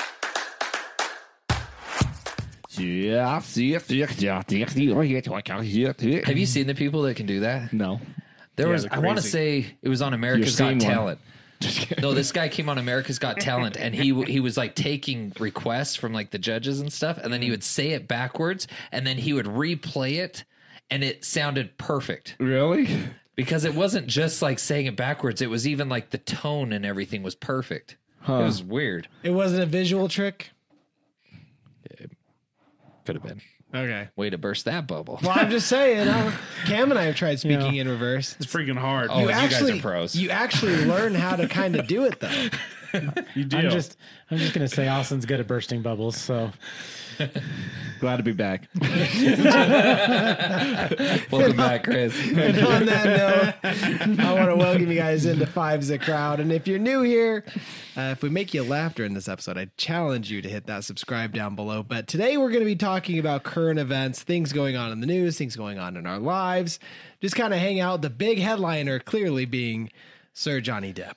oh, Have you seen the people that can do that? No. There Yeah, was they're I want to crazy. say it was on America's You're Got seeing one. Talent. no, this guy came on America's Got Talent, and he w- he was like taking requests from like the judges and stuff, and then he would say it backwards, and then he would replay it, and it sounded perfect Really? because it wasn't just like saying it backwards; it was even like the tone and everything was perfect. It was weird. It wasn't a visual trick. Could have been Okay. way to burst that bubble. Well, I'm just saying. I, Cam and I have tried speaking in reverse. It's freaking hard. Oh, you guys are pros. You actually learn how to kind of do it though. you do. I'm just I'm just gonna say Austin's good at bursting bubbles. So Glad to be back. Welcome back, Chris. And on that note, I want to welcome you guys into Five's the Crowd. And if you're new here, uh, if we make you laugh during this episode, I challenge you to hit that subscribe down below. But today we're going to be talking about current events, things going on in the news, things going on in our lives. Just kind of hang out. The big headliner clearly being Sir Johnny Depp.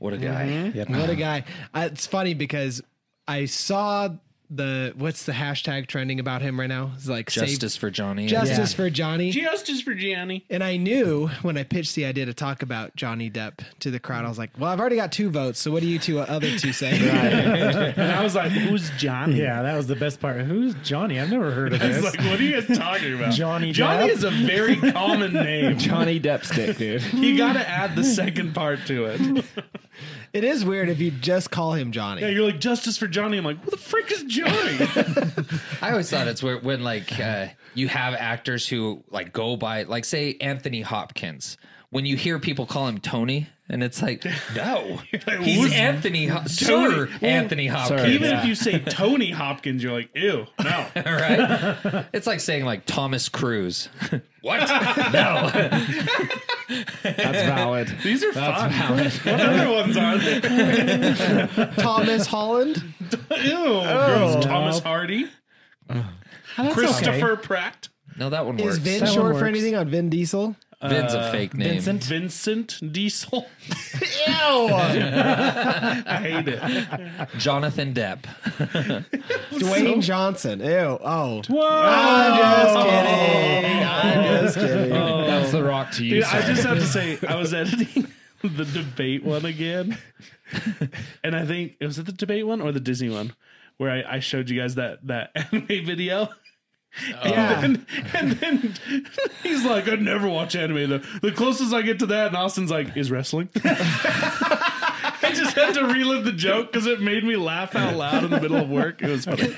What a guy. What a guy. Uh, it's funny because I saw the what's the hashtag trending about him right now? It's like save- Justice for Johnny. justice for Johnny. Justice for Gianni. And I knew when I pitched the idea to talk about Johnny Depp to the crowd, I was like, well, I've already got two votes. So what do you two other two say? And I was like, who's Johnny? yeah, that was the best part. Who's Johnny? I've never heard of I was this. like, what are you guys talking about? Johnny Johnny Depp? is a very common name. Johnny Deppstick, dude. You got to add the second part to it. it is weird if you just call him Johnny. Yeah, you're like justice for Johnny. I'm like, who the frick is Johnny? I always thought it's where when like uh, you have actors who like go by like say Anthony Hopkins. When you hear people call him Tony, and it's like, no, he's who's Anthony, Ho- Sir Anthony Hopkins, Even if you say Tony Hopkins, you're like, ew, no. right? It's like saying like Thomas Cruise. what? no, That's valid. These are fun. What other ones are there? Thomas Holland. Ew. Oh, Thomas Hardy. Christopher Pratt. no, that one Is works. Vin That one short for works. anything on Vin Diesel? Vin's a fake name. Vincent? Vincent Diesel. Ew. I hate it. Jonathan Depp. Oh, Dwayne Johnson. Ew. Oh. Oh. I'm just kidding. That's the rock to you. Dude, I just have to say, I was editing the debate one again. And I think, was it the debate one or the Disney one? Where I, I showed you guys that, that anime video. Yeah. And, and then he's like, I never watch anime though. The closest I get to that, and Austin's like, is wrestling. I just had to relive the joke because it made me laugh out loud in the middle of work. It was funny.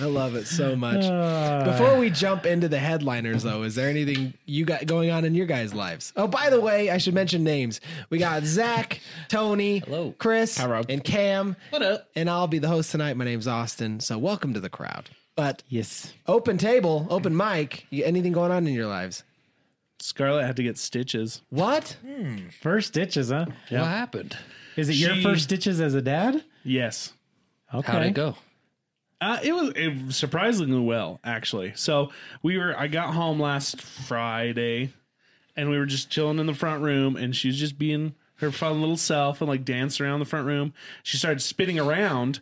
I love it so much. Ah. Before we jump into the headliners, though, is there anything you got going on in your guys' lives? Oh, by the way, I should mention names. We got Zach, Tony, Hello. Chris, Rob. and Cam. What up? And I'll be the host tonight. My name's Austin. So welcome to the crowd. But yes. open table, open mic. you- Anything going on in your lives? Scarlett had to get stitches. What? First stitches, huh? What happened? Is it your She- first stitches as a dad? Yes. Okay. How'd it go? Uh, it was it, surprisingly well, actually. So we were. I got home last Friday, and we were just chilling in the front room, and she was just being her fun little self and like danced around the front room. She started spinning around,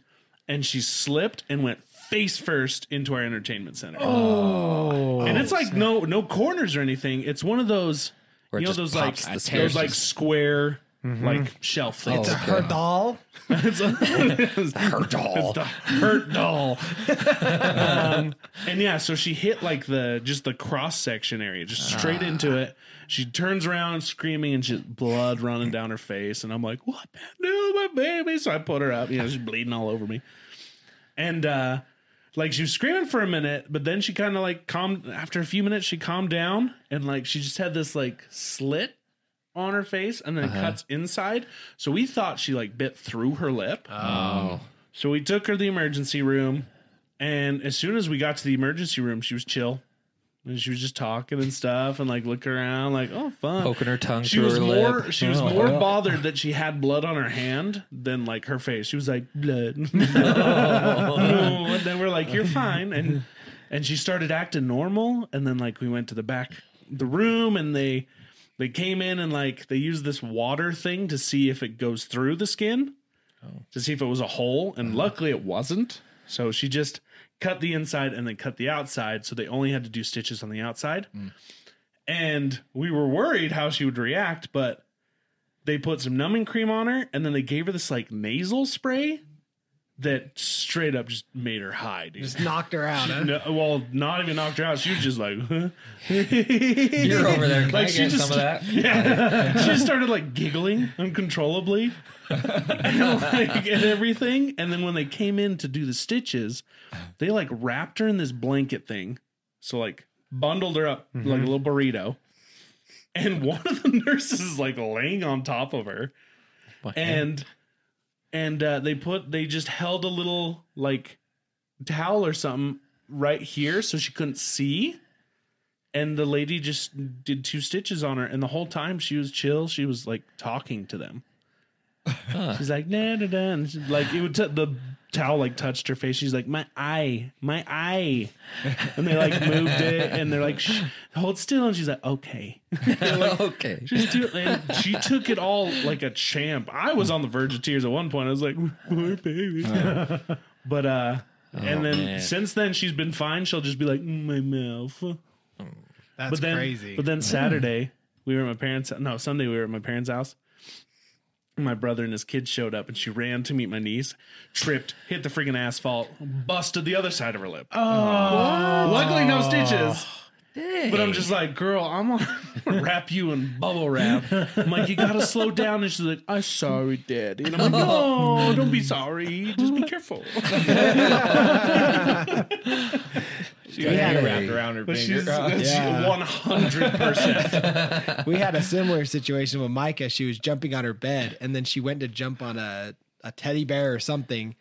and she slipped and went face first into our entertainment center. Oh, and it's like no no corners or anything. It's one of those Where it you know just those like pops the those stairs. like square like shelf things. Oh, Her doll? It's a- Her doll. it's the hurt doll. Um, and yeah, so she hit like the just the cross section area, just straight into it. She turns around screaming and just blood running down her face. And I'm like, what? No, my baby. So I put her up, you know, she's bleeding all over me. And uh like she was screaming for a minute, but then she kind of like calmed after a few minutes, she calmed down and like she just had this like slit on her face and then it cuts inside. So we thought she like bit through her lip. Oh, So we took her to the emergency room, and as soon as we got to the emergency room, she was chill. And she was just talking and stuff and like looking around, like, oh fun. poking her tongue she through was her more lip. she was more bothered that she had blood on her hand than like her face. She was like, blood. No. And then we're like, You're fine. And and she started acting normal. And then like we went to the back the room and they they came in and like they used this water thing to see if it goes through the skin. to see if it was a hole, Mm-hmm. and luckily it wasn't. So she just cut the inside and then cut the outside, so they only had to do stitches on the outside. Mm. And we were worried how she would react, but they put some numbing cream on her, and then they gave her this like nasal spray that straight up just made her high, dude. Just knocked her out. huh? No, well, not even knocked her out. She was just like, huh? You're over there. Can Like, I she get just- some of that? yeah. she just started like giggling uncontrollably and, like, and everything. And then when they came in to do the stitches, they like wrapped her in this blanket thing. So like bundled her up like a little burrito. And one of the nurses is like laying on top of her. And and uh, they put they just held a little like towel or something right here so she couldn't see and the lady just did two stitches on her and the whole time she was chill she was like talking to them she's like nah, nah, nah. And she- like it would t- the towel like touched her face she's like my eye my eye and they like moved it and they're like Shh, hold still and she's like okay okay. She's too, and she took it all like a champ. I was on the verge of tears at one point. I was like, "Poor baby," but uh, and then man. since then she's been fine. She'll just be like, "Mm, "My mouth." That's But then, crazy. but then Saturday we were at my parents. No, Sunday we were at my parents' house. My brother and his kids showed up, and she ran to meet my niece, tripped, hit the freaking asphalt, busted the other side of her lip. Oh, luckily no stitches. But I'm just like, girl, I'm gonna wrap you in bubble wrap. I'm like, you gotta slow down. And she's like, I'm sorry, daddy. And I'm like, no, don't be sorry. Just be careful. She had it. wrapped around her But she's finger. uh, Yeah. one hundred percent. we had a similar situation with Micah. She was jumping on her bed and then she went to jump on a, a teddy bear or something.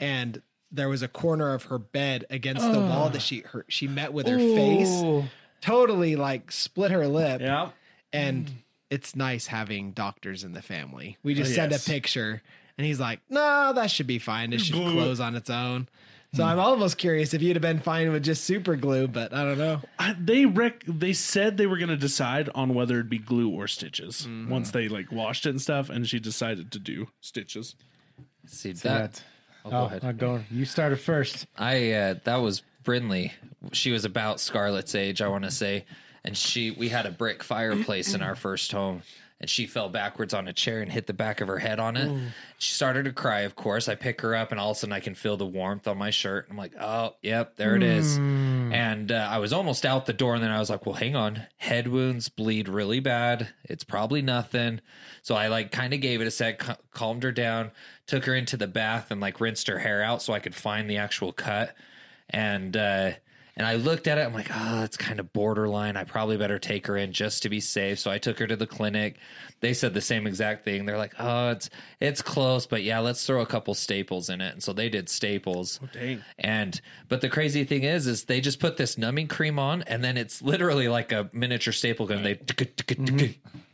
And there was a corner of her bed against the wall that she her, she met with her face. Totally like split her lip. Yeah. And it's nice having doctors in the family. We just Oh, send yes. a picture and he's like, no, that should be fine. It should Glue it. close on its own. So I'm almost curious if you'd have been fine with just super glue, but I don't know. I, they rec- they said they were going to decide on whether it'd be glue or stitches Mm-hmm. once they like washed it and stuff and she decided to do stitches See that? That. I'll go Oh, ahead. I'm going. You started first. I uh, that was Brinley. She was about Scarlett's age, I want to say, and she we had a brick fireplace in our first home, and she fell backwards on a chair and hit the back of her head on it. She started to cry. Of course, I pick her up, and all of a sudden I can feel the warmth on my shirt. I'm like, oh, yep, there it is. And uh, I was almost out the door, and then I was like, well, hang on, head wounds bleed really bad. It's probably nothing. So I like kind of gave it a sec, ca- calmed her down, took her into the bath, and like rinsed her hair out so I could find the actual cut. And uh, and I looked at it. I'm like, oh, it's kind of borderline. I probably better take her in just to be safe. So I took her to the clinic. They said the same exact thing. They're like, oh, it's it's close, but yeah, let's throw a couple staples in it. And so they did staples. dang. And but the crazy thing is, is they just put this numbing cream on, and then it's literally like a miniature staple gun. They did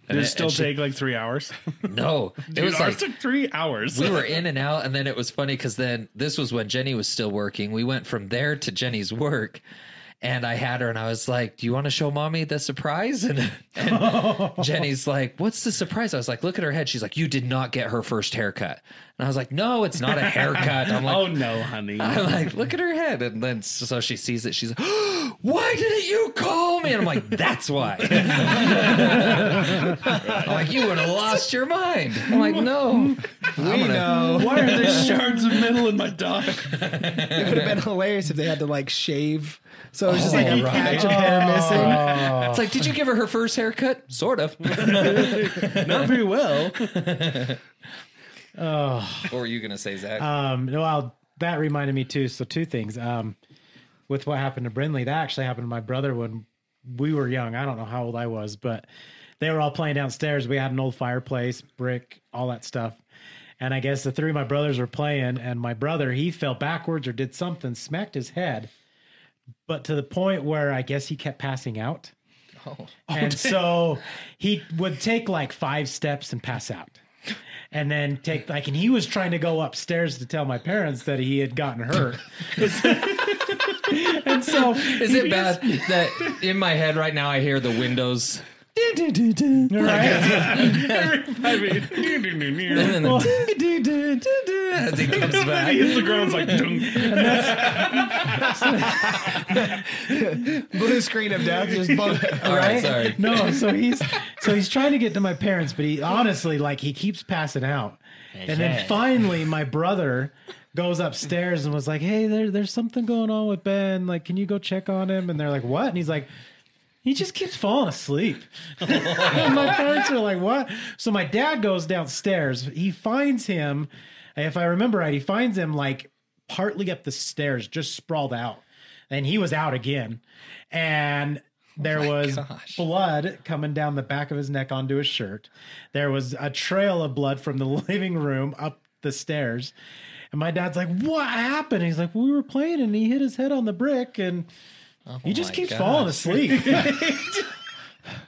and it it- still and she- take like three hours no. It was like took three hours we were in and out and then it was funny because then this was when jenny was still working we went from there to jenny's work and i had her and i was like do you want to show mommy the surprise and, and jenny's like what's the surprise i was like look at her head she's like you did not get her first haircut and i was like no it's not a haircut i'm like oh no honey I'm like, look at her head. And then so she sees it. She's like, why didn't you call me? And I'm like, that's why. I'm like, you would have lost your mind. I'm like, no. We know. why are there shards of metal in my dog It would have been hilarious if they had to like shave. So it was just like a Oh, right. Oh, patch of hair missing. It's like, did you give her her first haircut? Sort of. not very well what were you going to say, Zach? Um, no, I'll, that reminded me too. So two things. Um, with what happened to Brinley, that actually happened to my brother when we were young. I don't know how old I was, but they were all playing downstairs. We had an old fireplace, brick, all that stuff. And I guess the three of my brothers were playing, and my brother he fell backwards or did something, smacked his head, but to the point where I guess he kept passing out. and so he would take like five steps and pass out and then take like and he was trying to go upstairs to tell my parents that he had gotten hurt and so Is it bad that in my head right now I hear the windows? I mean, And then Well, as he comes he back, hits the ground. It's like, dung. Blue screen of death. Just both. all right, sorry. no, so he's so he's trying to get to my parents, but he honestly like he keeps passing out. And then finally my brother goes upstairs and was like, "Hey, there there's something going on with Ben. Like, can you go check on him?" And they're like, "What?" And he's like, he just keeps falling asleep. and my parents are like, what? So my dad goes downstairs. He finds him, if I remember right, he finds him like partly up the stairs, just sprawled out. And he was out again. And there was gosh. blood coming down the back of his neck onto his shirt. There was a trail of blood from the living room up the stairs. And my dad's like, what happened? He's like, we were playing and he hit his head on the brick and he just Oh my keeps gosh. falling asleep.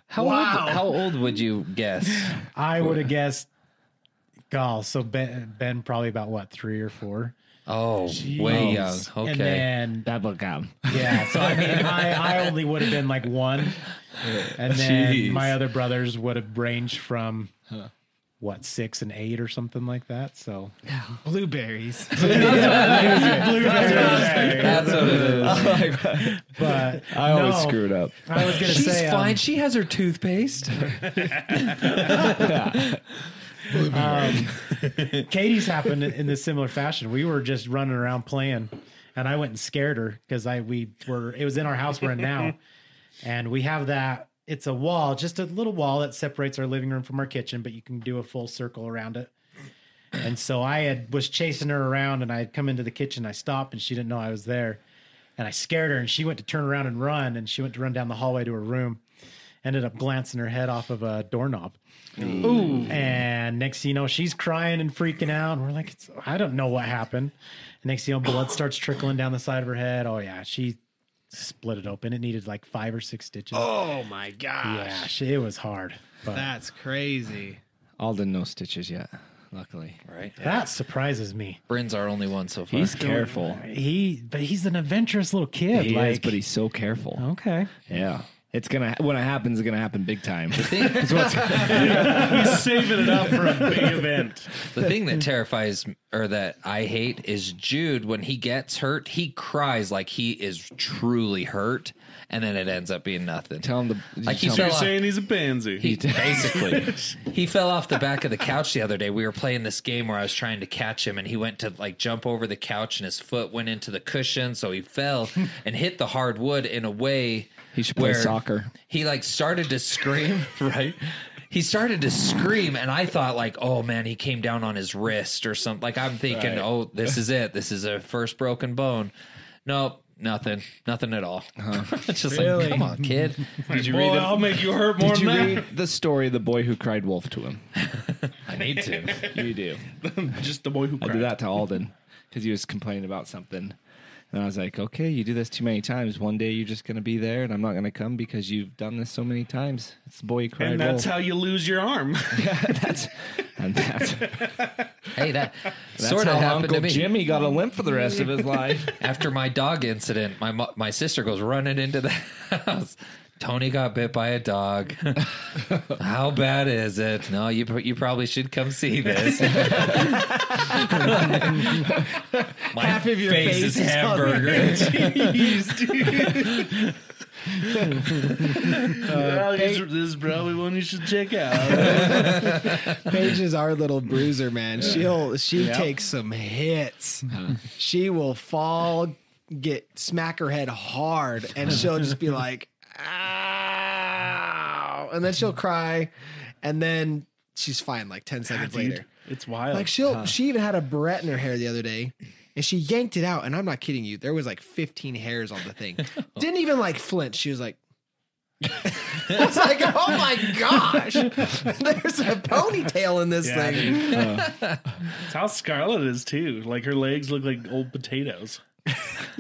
How old? How old would you guess? I would have guessed. Gall. So Ben, Ben probably about what three or four. Oh, way young. And Okay. then Double gum. yeah. So I mean, I, I only would have been like one, and then Jeez. my other brothers would have ranged from what six and eight or something like that. So Blueberries. That's what it is. but I always no, screw it up. I was gonna She's say um, fine. she has her toothpaste. Um, Katie's happened in this similar fashion. We were just running around playing, and I went and scared her because I we were it was in our house we're in now, and we have that. It's a wall, just a little wall that separates our living room from our kitchen, but you can do a full circle around it. And so I had was chasing her around, and I had come into the kitchen. I stopped, and she didn't know I was there, and I scared her, and she went to turn around and run, and she went to run down the hallway to her room. Ended up glancing her head off of a doorknob. And next thing you know, she's crying and freaking out. And we're like, it's, I don't know what happened. And next thing you know, blood starts trickling down the side of her head. Oh, yeah. She split it open. It needed like five or six stitches. Oh my gosh, yeah. She, it was hard. But that, that's crazy. Alden no stitches yet, luckily. Right. surprises me. Bryn's our only one so far. He's careful. He, but he's an adventurous little kid. He like, is, but he's so careful. okay. Yeah. It's gonna when it happens, it's gonna happen big time. he's saving it up for a big event. The thing that terrifies or that I hate is Jude when he gets hurt, he cries like he is truly hurt, and then it ends up being nothing. tell him the Like you he's tell You're him- Well, saying he's a pansy. He basically he fell off the back of the couch the other day. We were playing this game where I was trying to catch him, and he went to like jump over the couch, and his foot went into the cushion, so he fell and hit the hard wood in a way. He should play where soccer. He like started to scream, right? He started to scream, and I thought like, "Oh man, he came down on his wrist or something." Like I'm thinking, "Oh, this is it. This is a first broken bone." Nope, nothing, nothing at all. Uh-huh. It's just Really? like, come on, kid. Did you Boy, I'll make you hurt more Did you than read the story of the boy who cried wolf to him? I need to. You do. that. Just the boy who I cried. did that to Alden because he was complaining about something. And I was like, okay, you do this too many times. One day you're just going to be there and I'm not going to come because you've done this so many times. It's the boy who cried And that's wolf. how you lose your arm. that's, and that's, that's Hey, that sort how of happened Uncle to me. Jimmy got a limp for the rest of his life. After my dog incident, my mo- my sister goes running into the house. Tony got bit by a dog. How bad is it? No, you pr- you probably should come see this. my Half of your face face is is on hamburger. Uh, Well, this this is probably one you should check out. Paige is our little bruiser, man. She'll she takes some hits. She will fall, get smack her head hard, and she'll just be like, "Ow!" And then she'll cry, and then she's fine. Like ten seconds later, It's wild. like she'll she even had a barrette in her hair the other day. And she yanked it out, and I'm not kidding you. There was like 15 hairs on the thing. Didn't even like flinch. She was like, "I was like, oh my gosh, there's a ponytail in this Yeah, thing." dude. It's how Scarlet is too. Like her legs look like old potatoes. Like,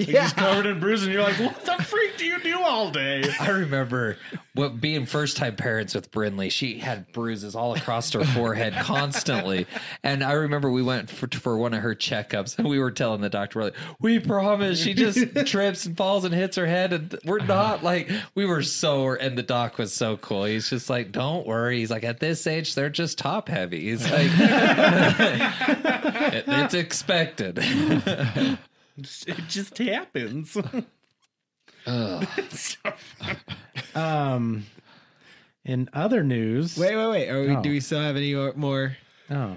He's covered in bruises, and you're like, "What the freak do you do all day?" I remember what being first time parents with Brinley. She had bruises all across her forehead constantly, and I remember we went for, for one of her checkups, and we were telling the doctor, "We're like, we promise she just trips and falls and hits her head, and we're not like we were so." And the doc was so cool. He's just like, "Don't worry." He's like, "At this age, they're just top heavy." He's like, "It- "It's expected." It just happens. Um, in other news, Wait, wait, wait. Are we, Oh. Do we still have any or- more? oh,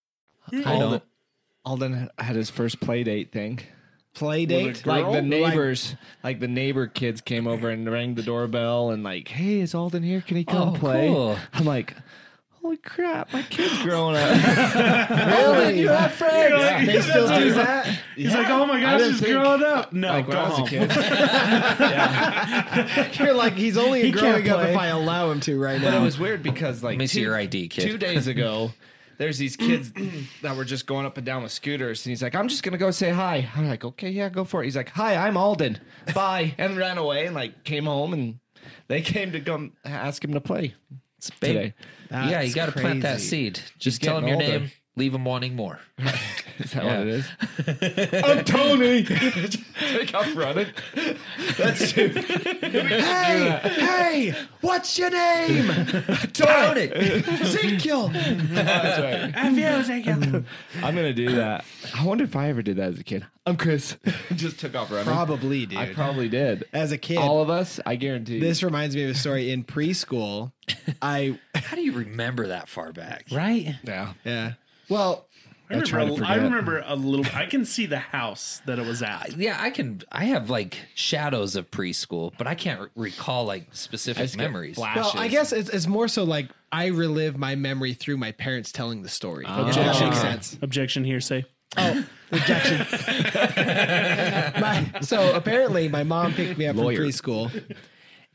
I don't. Alden had his first play date thing. Play date? Like the Girl? neighbors, like, the neighbor kids came over and rang the doorbell and like, hey, is Alden here? Can he come Oh, play? cool. I'm like, holy crap, my kid's growing up. Really? You have friends. They That's still what do he's- that? He's like, "Oh my gosh, didn't she's think- growing up." No, like go when I was home. a kid. You're like, he's only He can't growing up play. if I allow him to right But it now. was weird because like me see your ID, kid. two days ago, there's these kids that were just going up and down with scooters, and he's like, "I'm just gonna go say hi." I'm like, "Okay, yeah, go for it." He's like, "Hi, I'm Alden. Bye," and ran away and like came home and they came to come ask him to play. It's ba- Today. yeah, you That's got to plant that crazy. seed. Just He's tell them your getting older. name. Leave them wanting more. Is that what it is? I'm Tony. They kept running. hey, hey, what's your name? Tony. Ezekiel. That's Um, right. I'm gonna do that. I wonder if I ever did that as a kid. I'm Chris. just took off running. Probably, dude. I probably did. As a kid, All of us, I guarantee. you. this reminds me of a story in preschool. I, How do you remember that far back? right. Yeah. yeah. Well, I I try to remember, I forget. remember a little. I can see the house that it was at. Yeah, I can. I have like shadows of preschool, but I can't re- recall like specific just get memories. flashes. well, I guess it's, it's more so like I relive my memory through my parents telling the story. Ah. If that Objection. makes sense. Objection hearsay. Objection. my, so apparently, my mom picked me up from preschool,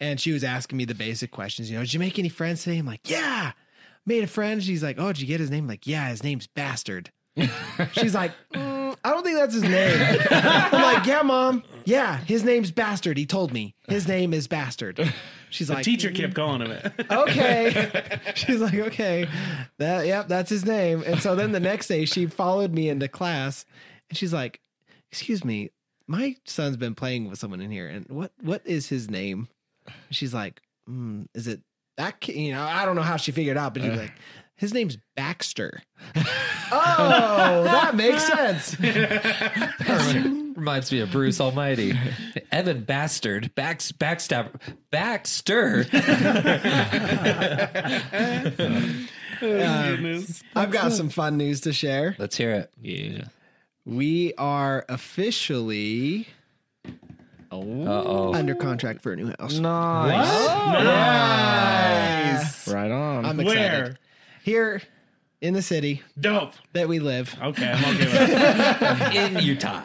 and she was asking me the basic questions. You know, did you make any friends today? I'm like, yeah, made a friend. She's like, oh, did you get his name? I'm like, yeah, his name's Bastard. She's like, "Mm, I don't think that's his name. I'm like, yeah, mom, yeah, his name's Bastard. He told me his name is Bastard. She's like, Teacher mm-hmm. kept calling him it. okay. She's like, okay, that yep, that's his name. And so then the next day, she followed me into class, and she's like, "Excuse me, my son's been playing with someone in here, and what what is his name?" And she's like, mm, "Is it that? ki-" You know, I don't know how she figured out, but she's like, his name's Baxter." oh, that makes sense. Reminds me of Bruce Almighty, Evan Bastard, Bax, Backstab, Baxter. Goodness. I've got some fun news to share. Let's hear it. Yeah. We are officially Uh oh. under contract for a new house. Nice. Nice. Right on. I'm excited. Where? Here in the city Dope. that we live. Okay, I'm okay with that. In Utah.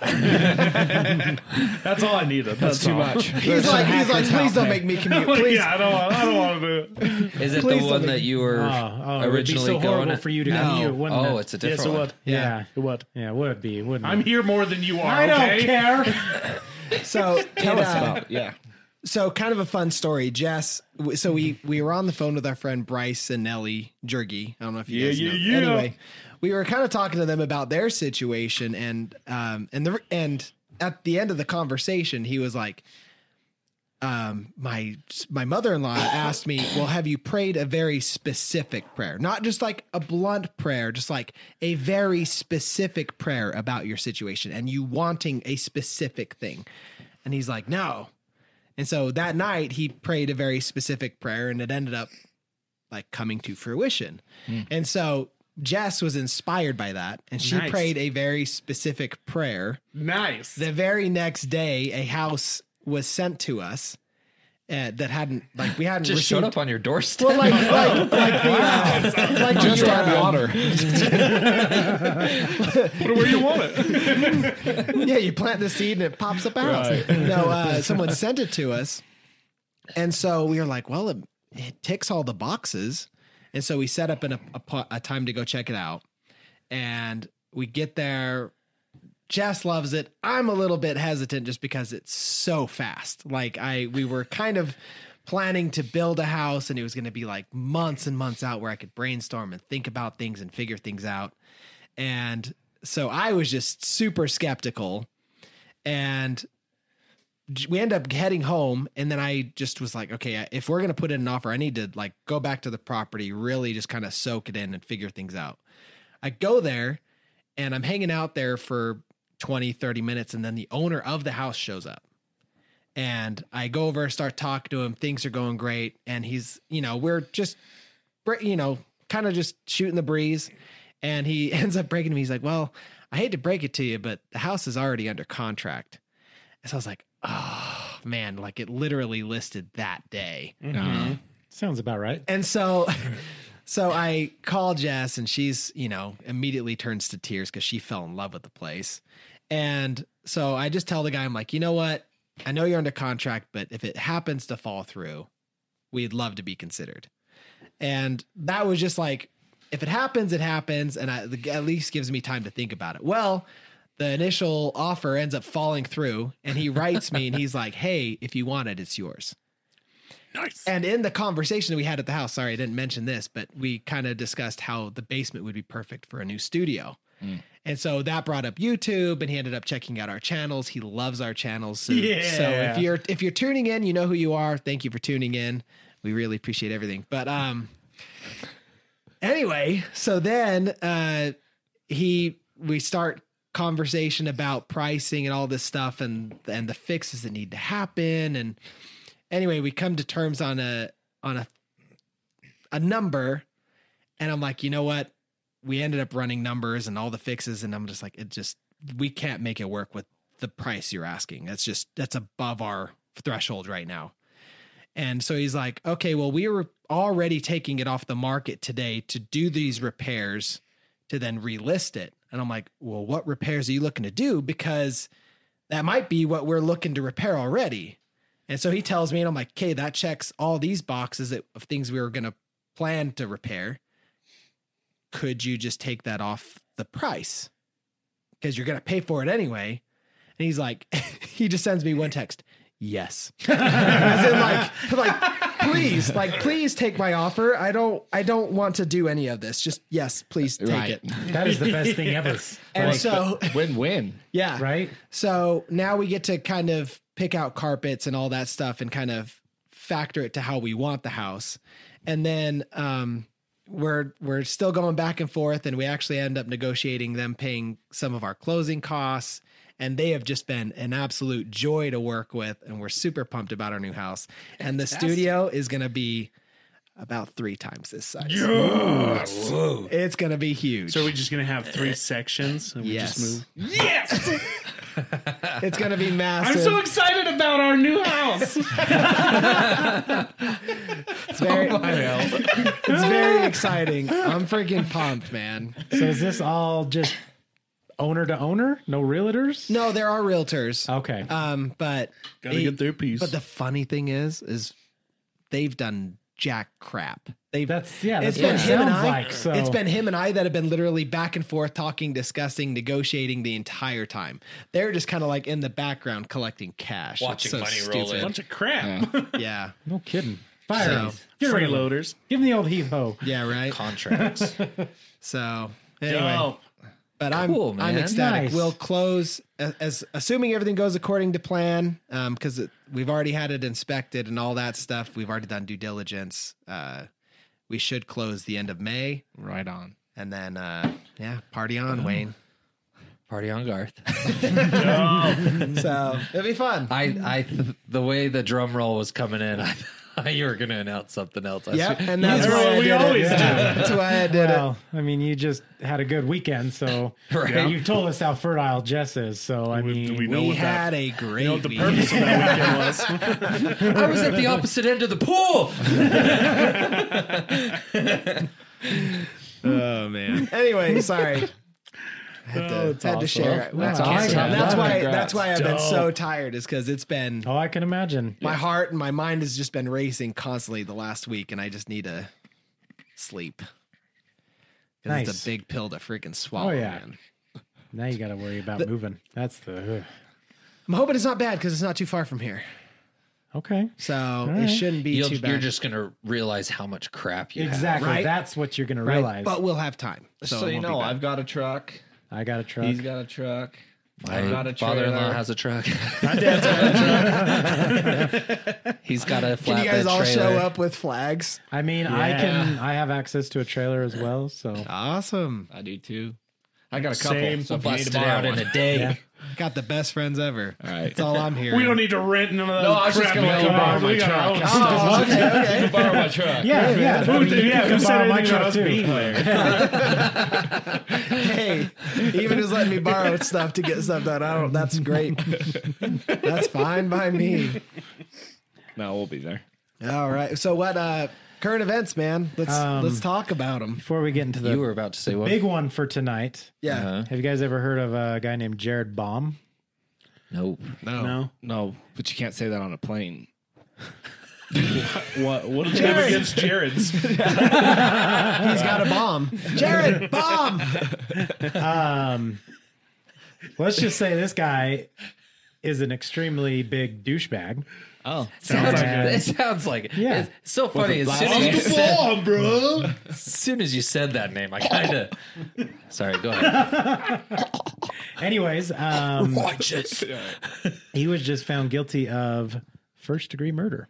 That's all I needed. That's, too all. much. He's like, he's like, please don't make me commute. Please. Oh, yeah, I don't. want- I don't want to do it. Is it the Please don't one make- that you were Oh, oh, it would be originally so going? horrible at? for you to No. commute. Wouldn't oh, it? it's a Yes, different it one. would. yeah. It would. Yeah, it would be. Wouldn't I'm it? here more than you are. I don't okay? care. So uh, tell us about yeah. So kind of a fun story, Jess. w- So we we were on the phone with our friend Bryce and Nellie Jergy. I don't know if you Yeah, guys know. yeah, yeah. Anyway, we were kind of talking to them about their situation, and um and the and at the end of the conversation, he was like, um my my mother in law asked me, well, have you prayed a very specific prayer, not just like a blunt prayer, just like a very specific prayer about your situation and you wanting a specific thing, and he's like, no. And so that night he prayed a Hmm. very specific prayer and it ended up like coming to fruition. And so Jess was inspired by that, and she Nice. prayed a very specific prayer. Nice. The very next day, a house was sent to us uh, that hadn't like we hadn't Just received, showed up on your doorstep. Well, like like like the, uh, like the Just URL. on water. Put it where you want it. yeah, you plant the seed and it pops up out. No, uh, someone sent it to us, and so we were like, "Well, it, it ticks all the boxes," and so we set up an, a, a, po- a time to go check it out, and we get there. Jess loves it. I'm a little bit hesitant just because it's so fast. Like I, we were kind of planning to build a house, and it was going to be like months and months out where I could brainstorm and think about things and figure things out. And so I was just super skeptical. And j- we end up heading home. And then I just was like, okay, if we're going to put in an offer, I need to like go back to the property, really just kind of soak it in and figure things out. I go there and I'm hanging out there for 20, 30 minutes. And then the owner of the house shows up. And I go over, start talking to him. Things are going great. And he's, you know, we're just br- you know, kind of just shooting the breeze. And he ends up breaking me. He's like, Well, I hate to break it to you, but the house is already under contract. And so I was like, Oh, man, like it literally listed that day. Sounds about right. And so, so I call Jess, and she's you know immediately turns to tears because she fell in love with the place. And so I just tell the guy, I'm like, you know what? I know you're under contract, but if it happens to fall through, we'd love to be considered. And that was just like, if it happens, it happens, and I, the, at least gives me time to think about it. Well. The initial offer ends up falling through, and he writes me and he's like, Hey, if you want it, it's yours. Nice. And in the conversation we had at the house, sorry, I didn't mention this, but we kind of discussed how the basement would be perfect for a new studio. And so that brought up YouTube and he ended up checking out our channels. He loves our channels. So, so Yeah. if you're if you're tuning in, you know who you are. Thank you for tuning in. We really appreciate everything. But um anyway, so then uh he we start conversation about pricing and all this stuff and and the fixes that need to happen and anyway we come to terms on a on a a number and i'm like you know what we ended up running numbers and all the fixes and i'm just like it just we can't make it work with the price you're asking that's just that's above our threshold right now and so he's like okay well we were already taking it off the market today to do these repairs to then relist it and i'm like well what repairs are you looking to do because that might be what we're looking to repair already and so he tells me, and I'm like, okay, that checks all these boxes that, of things we were going to plan to repair. Could you just take that off the price? Because you're going to pay for it anyway. And he's like, he just sends me one text. Yes. As in like, like, please, like, please take my offer. I don't, I don't want to do any of this. Just yes, please take Right. it. That is the best thing ever. And Like, so, Win win. yeah. right? So now we get to kind of pick out carpets and all that stuff and kind of factor it to how we want the house. And then um we're we're still going back and forth and we actually end up negotiating them paying some of our closing costs and they have just been an absolute joy to work with and we're super pumped about our new house and the studio is going to be about 3 times this size. It's going to be huge. So we're just gonna have three sections and we just yes. move. It's going to be massive. excited about our new house. It's very, Oh, it's very exciting. I'm freaking pumped, man. So is this all just owner to owner? No realtors? No, there are realtors. Okay. Um, but Gotta get their piece. But the funny thing is, is they've done jack crap. They've That's yeah. That's it's what been it him and sounds I. like. So It's been him and I that have been literally back and forth, talking, discussing, negotiating the entire time. They're just kind of like in the background collecting cash, It's Watching so money stupid. roll in. bunch of crap. Yeah, no kidding. So- Fire. Get rid of him. Freeloaders. Give him the old heave ho. yeah, right. Contracts. So anyway, Oh, but Cool, I'm I'm man. ecstatic. Nice. We'll close as, as assuming everything goes according to plan, because we've already had it inspected and all that stuff. We've already done due diligence. Uh, we should close the end of May, Right on. and then uh, yeah, party on, Wayne. Party on Garth. So it'll be fun. I, I, the way the drum roll was coming in, I, you were going to announce something else. I Yep, see. and that's That's why what I we did always it. do. That's why I did Well, I mean, you just had a good weekend, so Right. and you've told us how fertile Jess is. So I mean, it. We what had that- a great you know what the week. purpose of that weekend was. I was at the opposite end of the pool. Oh man. Anyway, sorry. Oh, Had to, had to share. it. That's Wow. awesome. And That's Wow. why. Congrats. That's why I've been so tired. Is because it's been oh, I can imagine. my heart and my mind has just been racing constantly the last week, and I just need to sleep. 'Cause It's Nice. a big pill to freaking swallow. Oh, yeah. man. Now you got to worry about moving. That's the ugh. I'm hoping it's not bad because it's not too far from here, okay. so it right. shouldn't be You'll, too bad. you're just going to realize how much crap you have. Exactly. Right? That's what you're gonna Right? realize. but we'll have time. So, So, it you won't be know, bad. I've got a truck. I got a truck. He's got a truck. I've got My a Mm. father-in-law trailer. has a truck. He's got a flatbed Can you guys all trailer. show up with flags? I mean, I can. I have access to a trailer as well. So Awesome. I do too. I got a couple. Same. So if you need to Busted borrow out in one. a day. Yeah. Got the best friends ever. All right. That's all I'm hearing. We don't e-, need to rent none of that No, I was just crap. gonna let you We borrow my got our own truck. stuff. Oh, okay, okay. You can borrow my truck. yeah, yeah. I Who mean, did- you yeah, can who said borrow my anything about us truck, too. being there? hey, even just letting me borrow stuff to get stuff done. I don't. That's great. that's fine by me. No, we'll be there. All right. So what? uh Current events, man. Let's Um, let's talk about them. Before we get into the You were about to say what? big one for tonight, Yeah. Uh-huh. have you guys ever heard of a guy named Jared Baum? Nope. No. No. No, but you can't say that on a plane. What? What did you have Jared. against Jared's? He's got a bomb. Jared, bomb. Um, let's just say this guy is an extremely big douchebag. Oh, Sounds like it. it sounds like it. Yeah. It's so funny. As soon as, you said, Come on, bro. as soon as you said that name, I kind of. Sorry, go ahead. Anyways, um, Righteous. he was just found guilty of first degree murder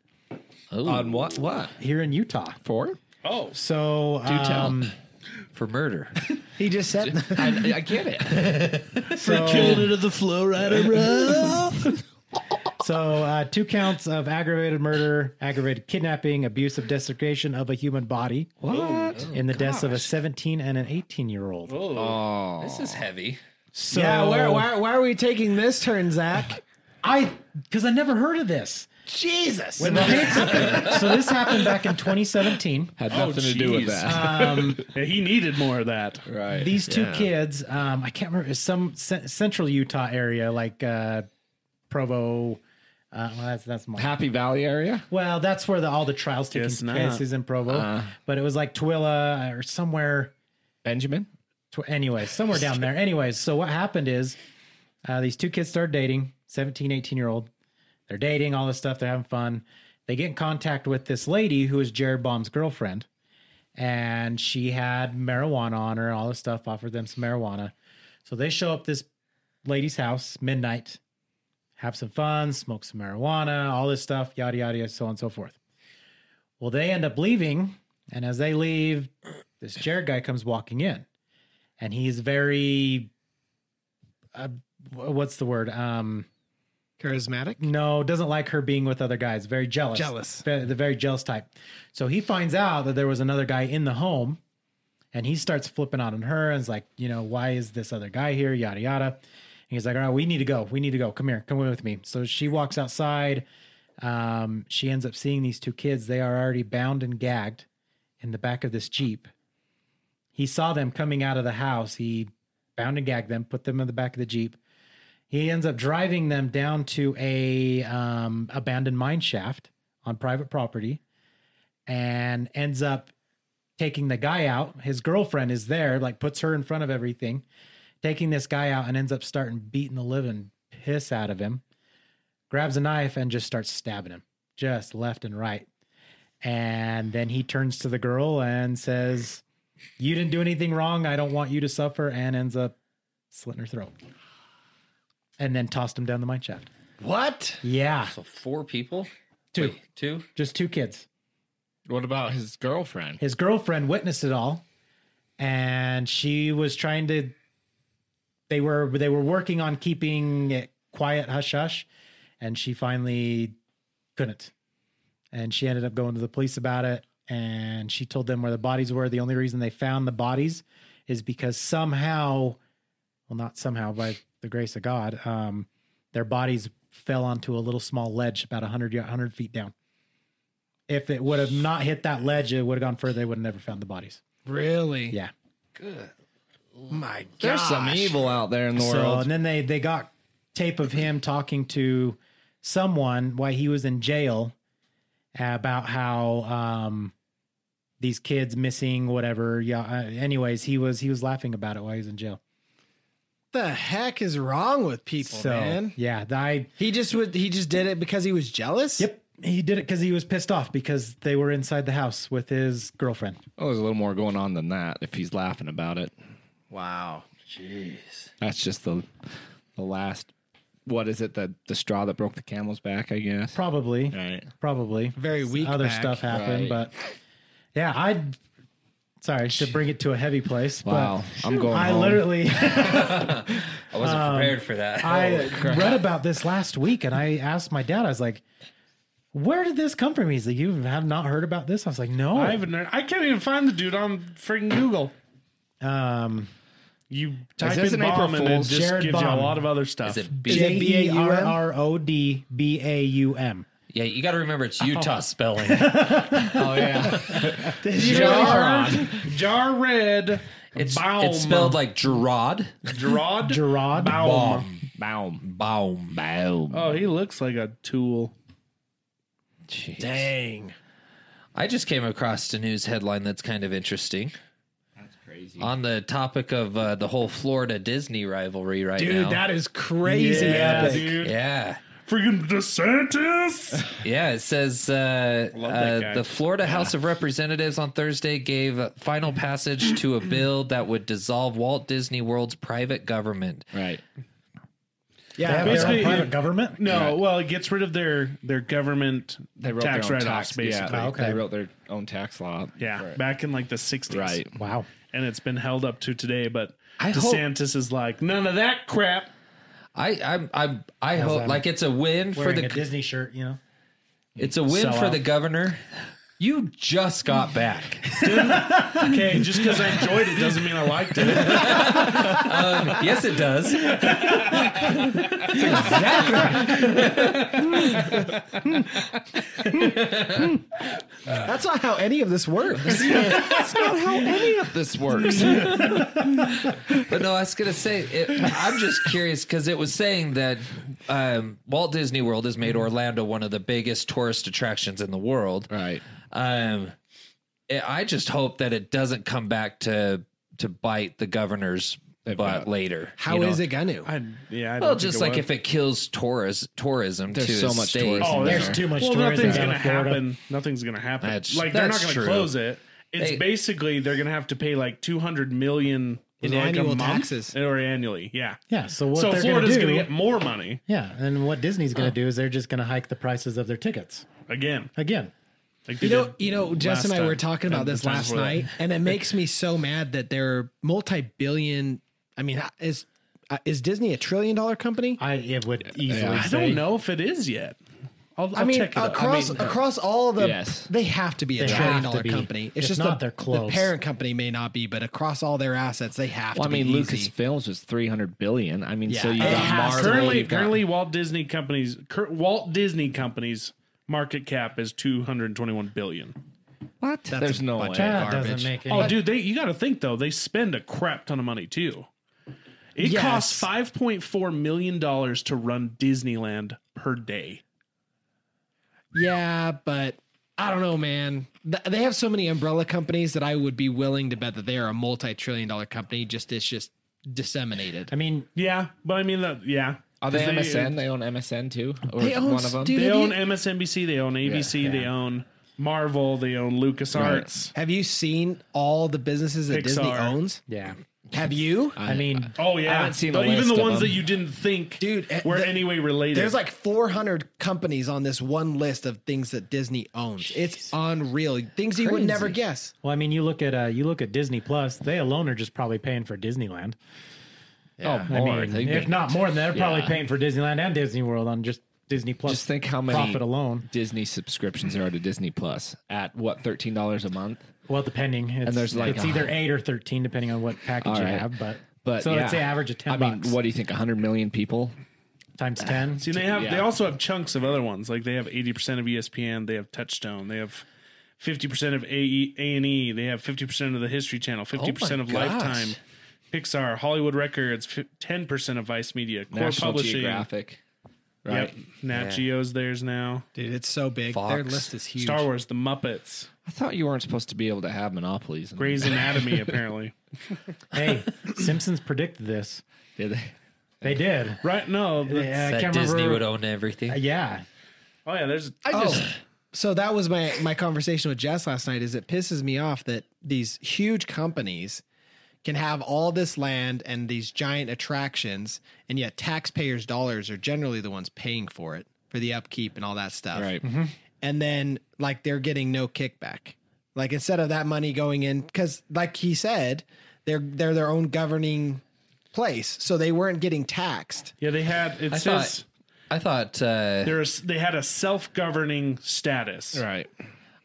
on what? What here in Utah. for? Oh, So, tell. um, For murder. He just said I, I get it. so, to the flow rider, bro. so uh, two counts of aggravated murder, aggravated kidnapping, abuse of desecration of a human body, What? in the deaths of a 17 and an 18 year old. This is heavy. So, Yeah, where, Oh. why, why are we taking this turn, Zach? I because I never heard of this. Jesus. When the hits happened- so this happened back in 2017. Had Oh, nothing to do with jeez. that. Um, Yeah, he needed more of that. right. these two kids, um, I can't remember, it's some ce- central Utah area, like uh, Provo. Uh, well, that's that's my, Happy Valley area. well, that's where the, all the trials taking Guess not. Uh. place is in Provo, but it was like Twilla uh, or somewhere. Benjamin. tw- anyway, somewhere down there. Anyways, so what happened is uh, these two kids start dating, 17, 18 year old. They're dating, all this stuff. They're having fun. They get in contact with this lady who is Jared Baum's girlfriend. And she had marijuana on her, all this stuff, offered them some marijuana. So they show up this lady's house, midnight, have some fun, smoke some marijuana, all this stuff, yada, yada, yada, so on and so forth. Well, they end up leaving. And as they leave, this Jared guy comes walking in and he's very uh, wh- what's the word um Charismatic. no doesn't like her being with other guys very jealous Jealous. Ve- the very jealous type so he finds out that there was another guy in the home and he starts flipping out on her and is like you know why is this other guy here yada yada and he's like all right we need to go we need to go come here come with me so she walks outside um, she ends up seeing these two kids they are already bound and gagged in the back of this jeep he saw them coming out of the house. He bound and gagged them, put them in the back of the jeep. He ends up driving them down to a um, abandoned mine shaft on private property, and ends up taking the guy out. His girlfriend is there, like puts her in front of everything, taking this guy out, and ends up starting beating the living piss out of him. Grabs a knife and just starts stabbing him, just left and right. And then he turns to the girl and says, you didn't do anything wrong. I don't want you to suffer, and ends up slitting her throat. And then tossed him down the mine shaft. What? Yeah. So Oh, four people? Two. Wait, two? Just two kids. What about his girlfriend? His girlfriend witnessed it all, and she was trying to they were they were working on keeping it quiet hush hush, and she finally couldn't. and she ended up going to the police about it. And she told them where the bodies were. The only reason they found the bodies is because somehow, well, not somehow, by the grace of God, um, their bodies fell onto a little small ledge about 100, y- 100 feet down. If it would have not hit that ledge, it would have gone further. They would have never found the bodies. Really? Yeah. My God. There's some evil out there in the So, world. and then they they got tape of him talking to someone while he was in jail about how um these kids missing whatever. Yeah. uh, anyways, he was he was laughing about it while he was in jail. the heck is wrong with people, so man? yeah, th- I He just would. He just did it because he was jealous. yep. He did it because he was pissed off because they were inside the house with his girlfriend. Oh, there's a little more going on than that. If he's laughing about it, Wow. that's just the the last. What is it? The the straw that broke the camel's back, I guess. Probably, Right. probably. Very weak. Other back. stuff Right. happened, but yeah, I. Sorry to bring it to a heavy place. but Wow, I'm going. I home. Oh, literally I wasn't Um, prepared for that. I read about this last week and I asked my dad, I was like, where did this come from? He's like, you have not heard about this? I was like, no. I haven't. heard- I can't even find the dude on freaking Google. um, You type this in an April bomb and it Fool's? just Jared gives you Bomb. a lot of other stuff. Is it Is B? it E B-A-U-M? J-E-R-R-O-D-B-A-U-M. Yeah, you got to remember it's Utah spelling. Oh yeah. Did you really Jared, Jared It's, Baum. it's spelled like Gerard. Gerard. Gerard Baum. Boom. Baum. Boom. Oh, he looks like a tool. Dang. I just came across a news headline that's kind of interesting. That's crazy. On the topic of uh, the whole Florida Disney rivalry right Dude, now. that is crazy Yeah, epic. dude. yeah. Freaking DeSantis. Yeah, it says uh, Love that uh, guy. the Florida House of Representatives on Thursday gave final passage to a bill that would dissolve Walt Disney World's private government. Right. They Yeah, have their own Basically, private it- government? No, well, it gets rid of their their government They wrote tax their own write offs, tax. Yeah, basically. they, Yeah, Oh, okay. they wrote their own tax law. for it. back in like the '60s, Right. Wow. And it's been held up to today, but I hope- DeSantis is like none of that crap. I I'm, I'm I that? hope like it's a win for Wearing the a Disney shirt, you know? it's a win Sell for out. the governor. You just got back. Okay, just because I enjoyed it doesn't mean I liked it. Um, yes, it does. that's not how any of this works. That's not how any of this works. But no, I was gonna say it, I'm just curious because it was saying that um, Walt Disney World has made Orlando one of the biggest tourist attractions in the world. right. Um, it, I just hope that it doesn't come back to to bite the governor's butt got- later. How is you know? it going to? I, yeah, I don't Well, think just it like would. if it kills tourism, tourism. There's to so a much state. tourism. Oh, There's there. too much well, tourism nothing's down gonna in Florida. happen. Nothing's gonna happen. That's- like they're not that's gonna true. close it. It's They- basically they're gonna have to pay like two hundred million In like a annual month taxes. or annually. Yeah. Yeah, so what so they're going Florida's to do... gonna get more money yeah, and what Disney's going to do is they're just going to hike the prices of their tickets again. again. Like they You know, did you know, Jess last and I were time, talking about and the this times last before that. night, and it makes me so mad that they're multi-billion. I mean, is uh, is Disney a trillion dollar company? I it would easily. I say- don't know if it is yet. I'll, I'll I mean, check it out. across across all the, Yes. they have to be a They trillion have to dollar be. company. It's If just not, the, they're close. The parent company may not be, but across all their assets, they have Well, I to mean, be easy. Lucasfilms was 300 billion. I mean, Yeah. so you It got has Marvel. currently, you've got- currently Walt Disney companies, cur- Walt Disney companies market cap is 221 billion. what? That's There's a no bunch way. of- That Garbage. doesn't make any. Oh, dude, they you got to think though. They spend a crap ton of money too. It Yes. costs 5.4 million dollars to run Disneyland per day. Yeah, but I don't know, man. Th- they have so many umbrella companies that I would be willing to bet that they are a multi-trillion dollar company. Just it's just disseminated. I mean, Yeah, but I mean that. Yeah, Are they 'Cause MSN? They own MSN too, or They own one of them. dude, They have own you- MSNBC. They own ABC. They own Marvel. They own LucasArts. Have you seen all the businesses that Disney Pixar. owns? yeah. Have you? I mean, Oh yeah, I haven't seen Though a even list the of ones them. that you didn't think Dude, eh, were the- anyway related. There's like 400 companies on this one list of things that Disney owns. It's unreal. Things you would never guess. Well, I mean, you look at uh, you look at Disney Plus. They alone are just probably paying for Disneyland. Oh, Oh, I more. mean, if not more than that, they're probably paying for Disneyland and Disney World on just Disney Plus Just think how many profit alone. Disney subscriptions there are to Disney Plus at what thirteen dollars a month. Well, depending, it's, there's, like, it's a- either eight or thirteen, depending on what package All you right. have. But But so yeah. let's say average of ten I mean, bucks what do you think? Hundred million people. times ten. See, they have they Yeah. also have chunks of other ones. Like they have eighty percent of E ESPN, they have Touchstone, they have fifty percent of A and E, they have fifty percent of the History Channel, fifty percent of gosh. Lifetime, Pixar, Hollywood Records, ten percent of Vice Media, Core National Publishing. Geographic. Yep, Right. Nat Geo's theirs now. Dude, it's so big. Their Fox. list is huge. Star Wars, The Muppets, I thought you weren't supposed to be able to have monopolies. in- Grey's Anatomy. apparently, hey, Simpsons predicted this. Did they? They did. right? No. that's- Yeah, I that can't Disney remember- would own everything. Uh, yeah, Oh yeah, there's. I just so that was my my conversation with Jess last night. Is it pisses me off that these huge companies can have all this land and these giant attractions, and yet taxpayers' dollars are generally the ones paying for it for the upkeep and all that stuff. Right. and then like they're getting no kickback. Like instead of that money going in, because like he said, they're they're their own governing place, so they weren't getting taxed. Yeah, they had. It I says thought. I thought. Uh, there's. They had a self-governing status. Right.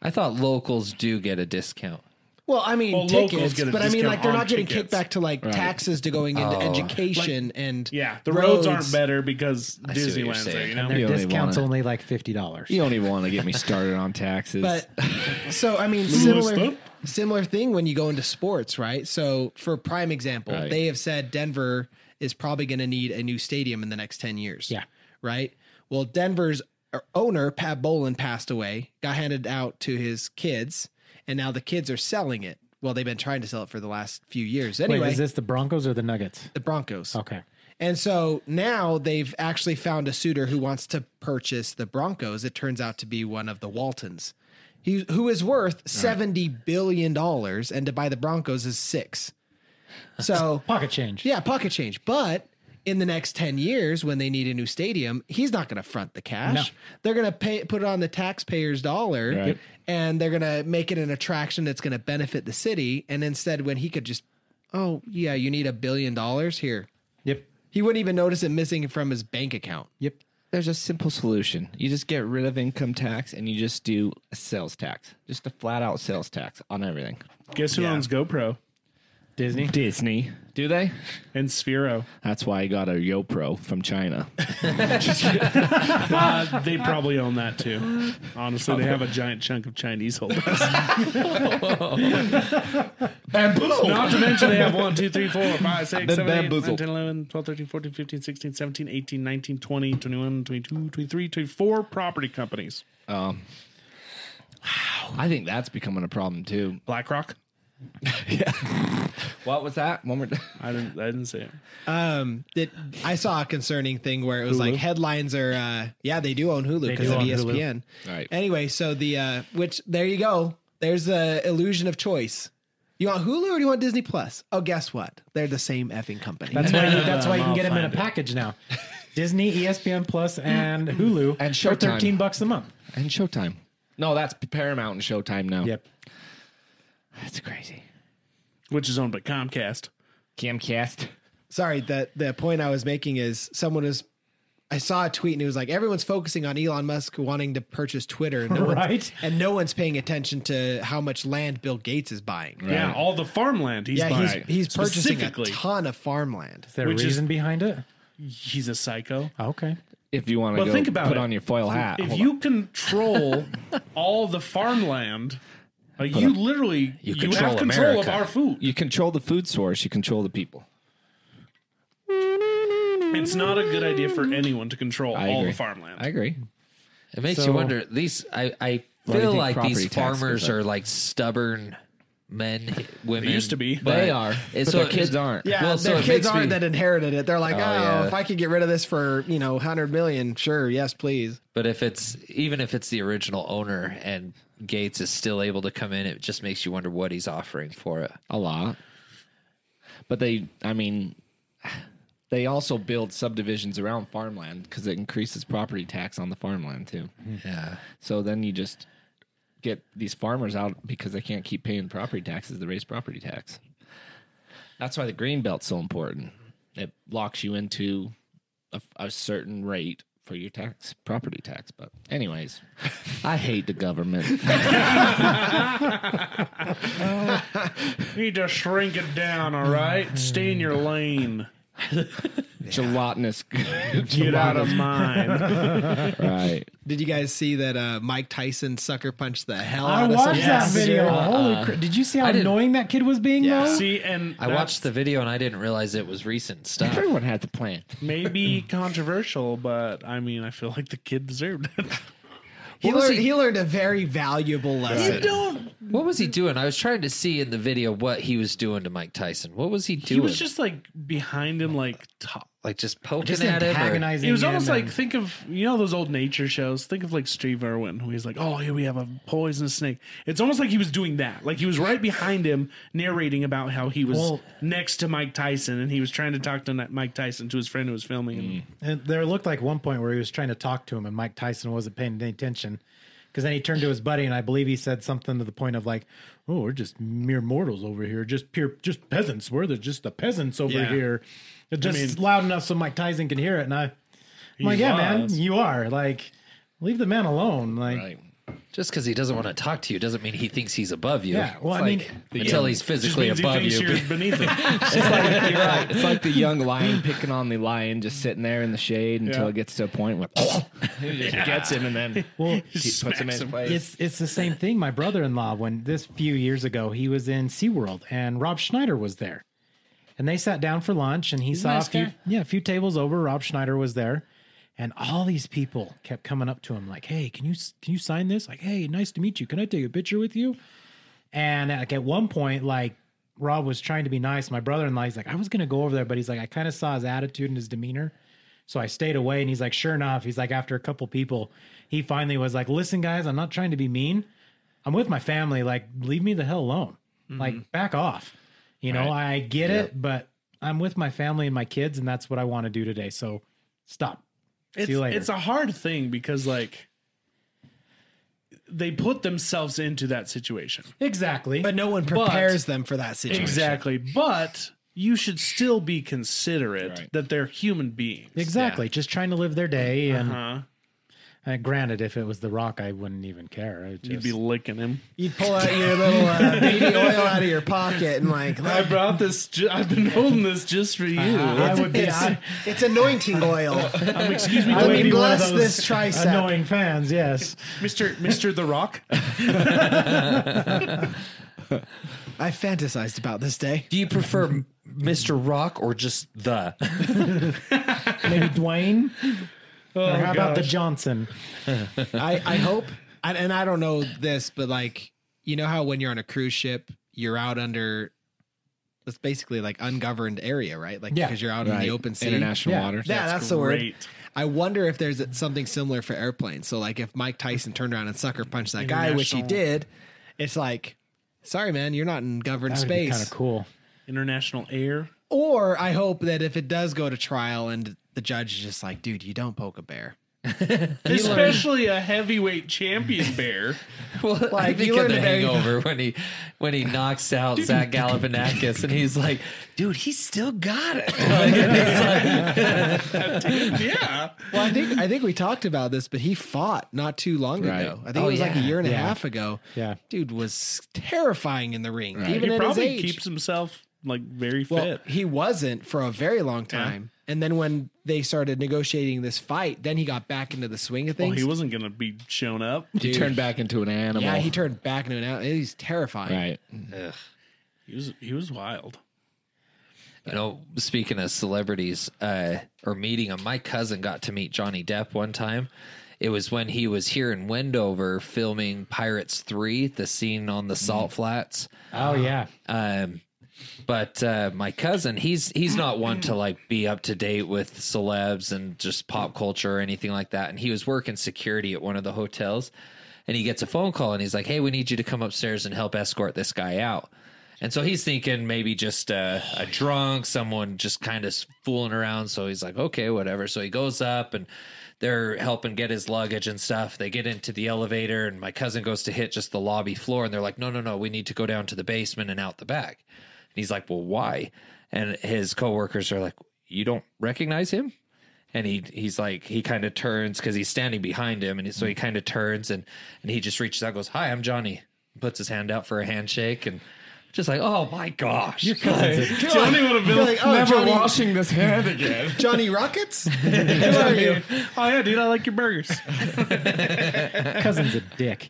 I thought locals do get a discount. Well, I mean Well, locals tickets, get a but I mean discount like they're on not getting tickets. kickback to like taxes to going Oh. into education and Yeah, the roads, aren't better because see what you're Disneyland's there. saying. You know, their You only discount's wanna- only like fifty dollars. You don't even want to get me started on taxes. But so I mean, stuff? similar similar thing when you go into sports, right? So for prime example, Right. they have said Denver is probably going to need a new stadium in the next ten years. Yeah. right. Well, Denver's owner Pat Bolin passed away, got handed out to his kids, and now the kids are selling it. Well, they've been trying to sell it for the last few years. Wait, Anyway, is this Oh. the Broncos or the Nuggets? the Broncos. Okay. And so now they've actually found a suitor who wants to purchase the Broncos. It turns out to be one of the Waltons, he, who is worth seventy billion dollars, and to buy the Broncos is six. So Pocket change. yeah, pocket change. But in the next ten years, when they need a new stadium, he's not going to front the cash. They're going to pay put it on the taxpayer's dollar, Right. and they're going to make it an attraction that's going to benefit the city. And instead, when he could just, oh yeah, you need a billion dollars here. Yep. He wouldn't even notice it missing from his bank account. Yep. there's a simple solution. You just get rid of income tax and you just do a sales tax, just a flat out sales tax on everything. guess who owns GoPro Disney. Disney, do they? and Sphero? That's why I got a YoPro from China. Uh, they probably own that too. Honestly, they have a giant chunk of Chinese holdings. Bamboozled. Not to mention they have 1, 2, 3, 4, 5, 6, 7, 8, 9, 10, bamboozled. 11, 12, 13, 14, 15, 16, 17, 18, 19, 20, 21, 22, 23, 24 property companies. I think that's becoming a problem too. BlackRock? What was that? One more. I didn't, I didn't say it. Um, that I saw a concerning thing where it was like headlines are, uh, yeah, they do own Hulu because do of E own ESPN. Right. Anyway, so the uh, which there you go. There's the illusion of choice. You want Hulu or do you want Disney Plus? Oh, guess what? They're the same effing company. That's why. that's why you can I'll get them in a find it. package now. Disney, E ESPN Plus, and Hulu, And for Showtime. thirteen bucks a month. And Showtime. No, that's Paramount and Showtime now. Yep. That's crazy. Which is owned by Comcast. Camcast. Sorry, the the point I was making is someone was. I saw a tweet and it was like everyone's focusing on Elon Musk wanting to purchase Twitter, and no one's, Right. and no one's paying attention to how much land Bill Gates is buying. Yeah, all the farmland he's Yeah, buying. he's he's purchasing a Specifically. ton of farmland. Is there Which a is- reason behind it? He's a psycho. Okay. If you want to Well, go think about put it. on your foil hat. if Uh, Hold you control all the farmland, uh, you literally you, control have control America. of our on. food. you control the food source, you control the people. It's not a good idea for anyone to control I all agree. the farmland. I agree. It makes So- you wonder. These I I do you feel think like property these tax goes farmers up? are like stubborn men, h- women. used to be. but- They are, and but their kids aren't. Yeah, well, so their it kids makes aren't me- that inherited it. They're like, oh, yeah. if I could get rid of this for you know hundred million, sure, yes, please. But if it's even if it's the original owner and Gates is still able to come in, it just makes you wonder what he's offering for it. A lot. But they, I mean, they also build subdivisions around farmland because it increases property tax on the farmland too. Yeah. So then you just get these farmers out because they can't keep paying property taxes to raise property tax. That's why the green belt's so important. It locks you into a, a certain rate for your tax, property tax. But, anyways, I hate the government. You need to shrink it down, all right? Stay in your lane. Gelatinous. Get out of mine. right. Did you guys see that uh, Mike Tyson sucker punched the hell I out of watched some that Yes. video. Holy crap. Did you see how I didn't- annoying that kid was being, though? See, and I watched the video and I didn't realize it was recent stuff. Everyone has a plan. maybe controversial, but I mean, I feel like the kid deserved it. He, What was learned, he- he learned a very valuable lesson. don't. What was he doing? I was trying to see in the video what he was doing to Mike Tyson. What was he doing? He was just like behind him, like top. like just poking Just at him. or- antagonizing. It was him almost like and- think of you know those old nature shows. Think of like Steve Irwin, where he's like, "Oh, here we have a poisonous snake." It's almost like he was doing that. Like he was right behind him, narrating about how he was Well- next to Mike Tyson, and he was trying to talk to Na- Mike Tyson to his friend who was filming. him. And there looked like one point where he was trying to talk to him, and Mike Tyson wasn't paying any attention. Because then he turned to his buddy, and I believe he said something to the point of like, "Oh, we're just mere mortals over here, just pure, just peasants. We're the, just the peasants over Yeah. here." It just mean- loud enough so Mike Tyson can hear it, and I, I'm like, "Yeah, man, was. you are like, leave the man alone." Like, Just because he doesn't want to talk to you doesn't mean he thinks he's above you. Yeah, well, It's I mean- until he's Just physically means he above thinks you. you're beneath him. It's like, you're right. It's like the young lion picking on the lion, just sitting there in the shade until Yeah. it gets to a point where he just gets him and then well, he puts him in his place. It's it's the same thing. My brother-in-law, when this few years ago, he was in SeaWorld and Rob Schneider was there. And they sat down for lunch and he saw nice a few guy. yeah, a few tables over. Rob Schneider was there. And all these people kept coming up to him like, "Hey, can you can you sign this?" Like, "Hey, nice to meet you. Can I take a picture with you?" And like at one point, like Rob was trying to be nice. My brother-in-law, he's like, "I was gonna go over there, but he's like, I kind of saw his attitude and his demeanor." So I stayed away and he's like, sure enough, he's like, after a couple people, he finally was like, listen, guys, I'm not trying to be mean. I'm with my family. Like, leave me the hell alone. Like, back off. You know, I get it, but I'm with my family and my kids, and that's what I want to do today. So stop. it's, See you later. it's a hard thing because like they put themselves into that situation. exactly. But no one prepares them for that situation. Exactly. But you should still be considerate that they're human beings. exactly. Just trying to live their day. And Huh? uh, granted, if it was The Rock, I wouldn't even care. I You'd just, be licking him. You'd pull out your little uh, baby oil out of your pocket and like, I brought this. Ju- I've been holding this just for you. Uh-huh. I would be. it's, I, it's anointing oil. Um, excuse me, I Let would me be one of bless those this tricep. Annoying fans, yes. Mister Mister The Rock. I fantasized about this day. Do you prefer Mr. Rock or just the? Maybe Dwayne. or how about the gosh. Johnson? I, I hope, and, and I don't know this, but like, you know how when you're on a cruise ship, you're out under, it's basically like ungoverned area, right? Like, Yeah. because you're out in the open sea. international Yeah. waters. Yeah, that's, the word. great. I wonder if there's something similar for airplanes. So, like, if Mike Tyson turned around and sucker punched that guy, which he did, it's like, sorry, man, you're not in governed space. Kind of cool. International Air. Or I hope that if it does go to trial and the judge is just like, dude, you don't poke a bear. Especially a heavyweight champion bear. Well, I Like, think you in learned the a very- Hangover when he when he knocks out Zach Galifianakis and he's like, "Dude, he still got it." Like, he's like- yeah. Well, I think I think we talked about this, but he fought not too long Right. ago. I think Oh, it was like a yeah. year and a Yeah. half ago. Yeah. dude was terrifying in the ring, Right. even He at his probably age. keeps himself like very well, fit. he wasn't for a very long time, and then when they started negotiating this fight, then he got back into the swing of Well, things. he wasn't gonna be shown up. He turned back into an animal. yeah, he turned back into an out. He's terrifying. right. He was he was wild. you know, speaking of celebrities uh, or meeting him, my cousin got to meet Johnny Depp one time. It was when he was here in Wendover filming Pirates Three, the scene on the salt flats. Oh yeah. Um, but uh, my cousin, he's he's not one to like be up to date with celebs and just pop culture or anything like that. And he was working security at one of the hotels, and he gets a phone call and he's like, "Hey, we need you to come upstairs and help escort this guy out." And so he's thinking maybe just uh, a drunk, someone just kind of fooling around. So he's like, okay, whatever. So he goes up and they're helping get his luggage and stuff. They get into the elevator, and my cousin goes to hit just the lobby floor. And they're like, no, no, no, we need to go down to the basement and out the back. And he's like, well, why? And his coworkers are like, you don't recognize him? and he he's like he kind of turns because he's standing behind him, and he, so he kind of turns and and he just reaches out, goes, "Hi, I'm Johnny," puts his hand out for a handshake, and just like, "Oh my gosh, Johnny would have been like, oh, Never Johnny, washing this hand again. Johnny Rockets? Who are you? oh yeah, dude, I like your burgers. Cousin's a dick.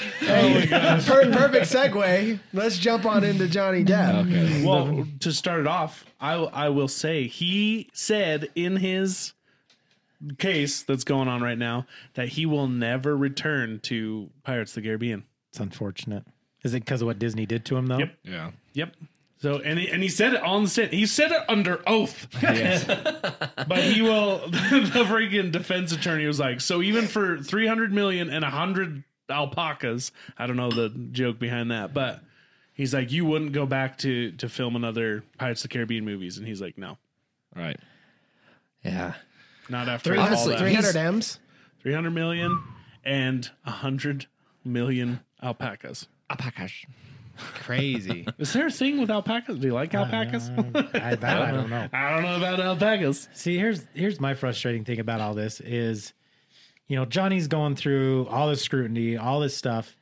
Per- perfect segue. Let's jump on into Johnny Depp. Well, to start it off, I I will say he said in his case that's going on right now that he will never return to Pirates of the Caribbean. It's unfortunate. Is it because of what Disney did to him though? Yep. Yeah. Yep. So and he, and he said it on the set. He said it under oath. but he will. The freaking defense attorney was like, so even for three hundred million and a hundred alpacas, I don't know the joke behind that, but he's like, you wouldn't go back to to film another Pirates of the Caribbean movies, and he's like, no, Right. yeah." not after Honestly, all three- that. 300 M's. Three hundred million and a hundred million alpacas. Apakash. Crazy. Is there a thing with alpacas? Do you like alpacas? I, that I don't know. I don't know about alpacas. See, here's here's my frustrating thing about all this is, you know, Johnny's going through all this scrutiny, all this stuff,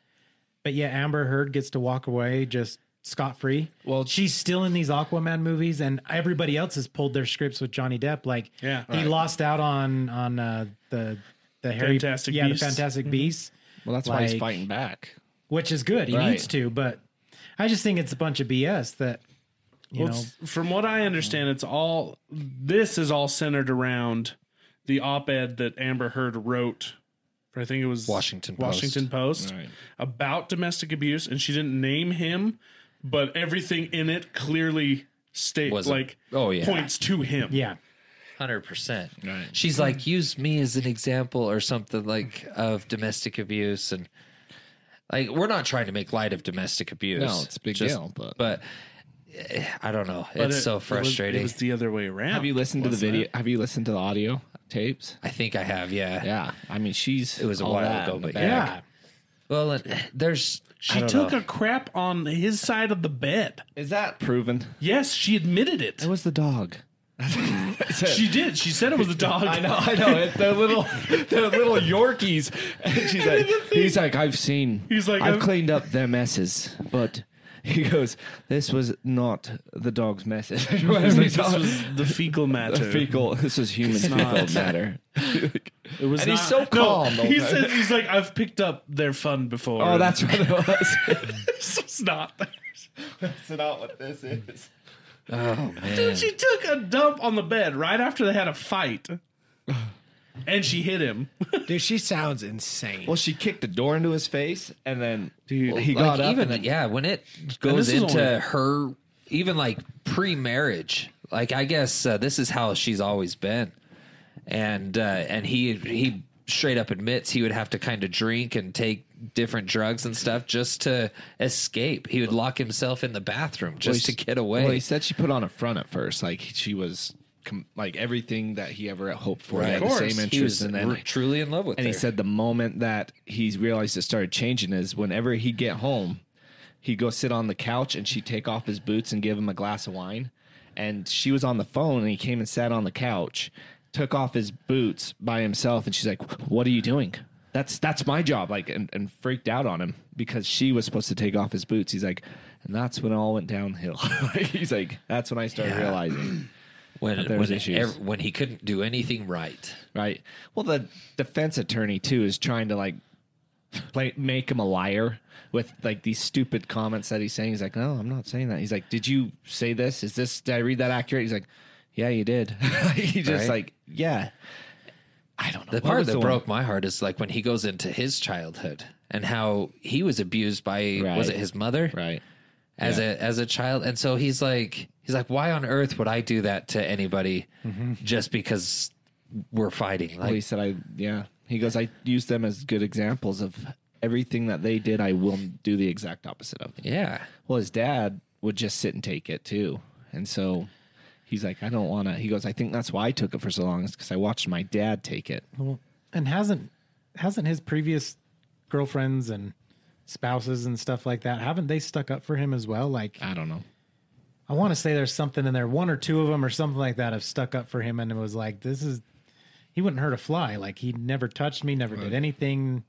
but yet Amber Heard gets to walk away just scot free. Well, she's still in these Aquaman movies, and everybody else has pulled their scripts with Johnny Depp. Like, Yeah. he lost out on on uh, the the Harry Fantastic yeah, Beasts. the Fantastic Beasts, Well, that's why he's Like- fighting back. which is good. He Right. needs to, but I just think it's a bunch of BS that you Well, know. it's- from what I understand, it's all this is all centered around the op-ed that Amber Heard wrote. for, I think it was Washington Post. Washington Post Right. about domestic abuse, and she didn't name him, but everything in it clearly states Was a- like oh, yeah. points to him. Yeah, Hundred percent. Right. She's like, use me as an example or something like of domestic abuse, and like we're not trying to make light of domestic abuse. No, it's a big deal, but- eh, I don't know. But it's it- it so was- frustrating. It was, the other way around. Have you listened to the wasn't video? it? Have you listened to the audio tapes? I think I have. Yeah. Yeah. I mean, she's. It was a all while that ago, in the but back. yeah. Well, and there's I She don't took know. a crap on his side of the bed. Is that proven? Yes, she admitted it. It was the dog. She did. She said it was a dog. I know, I know. It, they're little, they're little Yorkies. And she's like, he's like, I've seen. He's like, I've "I've- cleaned up their messes, but he goes, this was not the dog's messes. It's like, this was the fecal matter. fecal. This is human fecal matter. It was And not, he's so calm the he whole says he's like I've picked up their fun before. Oh, that's what it was. it's not. theirs. that's not what this is. Oh, Dude, she took a dump on the bed right after they had a fight, and she hit him. Dude, she sounds insane. Well, she kicked the door into his face, and then Dude, he like got up. even and then, yeah when it goes is into only- her even like pre-marriage like i guess uh, this is how she's always been and uh and he he straight up admits he would have to kind of drink and take different drugs and stuff just to escape he would lock himself in the bathroom just to get away Well, he said she put on a front at first, like she was com- like everything that he ever hoped for. He Right. had the Of course. same interest, he was and then r- truly in love with And her he said the moment that he's realized it started changing is whenever he get home, he go sit on the couch and she take off his boots and give him a glass of wine. And she was on the phone and he came and sat on the couch, took off his boots by himself, and she's like, "What are you doing?" That's that's my job, like, and, and freaked out on him because she was supposed to take off his boots. He's like, and that's when it all went downhill. he's like, that's when I started realizing. when there was when, issues. ev- when he couldn't do anything right Right. Well, the defense attorney too is trying to like play make him a liar with like these stupid comments that he's saying. He's like, "No, I'm not saying that." He's like, "Did you say this? Is this did I read that accurate?" He's like, "Yeah, you did." he just Right. like, "Yeah." I don't know. The What part was that the one- broke my heart is like when he goes into his childhood and how he was abused by was Right. it his mother Right. as a as a child, and so he's like he's like, why on earth would I do that to anybody just because we're fighting? Mm-hmm. Well, he Like, said I yeah. He goes, "I use them as good examples of everything that they did. I will do the exact opposite of." yeah, Well, his dad would just sit and take it too. And so he's like, I don't want to. He goes, I think that's why I took it for so long, is because I watched my dad take it. Well, and hasn't hasn't his previous girlfriends and spouses and stuff like that haven't they stuck up for him as well? Like I don't know. I want to say there's something in there, one or two of them or something like that, have stuck up for him and it was like, this is, he wouldn't hurt a fly. Like he never touched me, never did anything.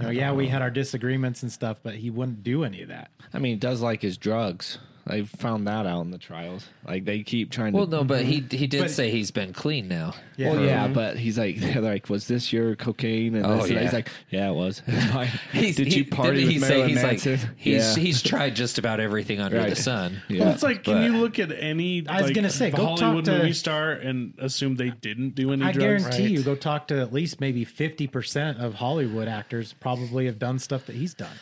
You know, yeah, we had our disagreements and stuff, but he wouldn't do any of that. I mean, he does like his drugs. I found that out in the trials. Like they keep trying Well, to. no, but he he did say he's been clean now. Yeah. Well, yeah, but he's like, they're like, was this your cocaine? And Mm-hmm. Oh, this and that. yeah. he's like, yeah, it was. He's, Did he- you party with didn't he Marilyn he's Manson? like he's Yeah. he's tried just about everything under Right. the sun. Yeah. Well, it's like, can but- you look at any? I was like, gonna say, the go talk Hollywood to- movie star and assume they didn't do any I drugs. guarantee you, go talk to at least maybe 50% of Hollywood actors probably have done stuff that he's done.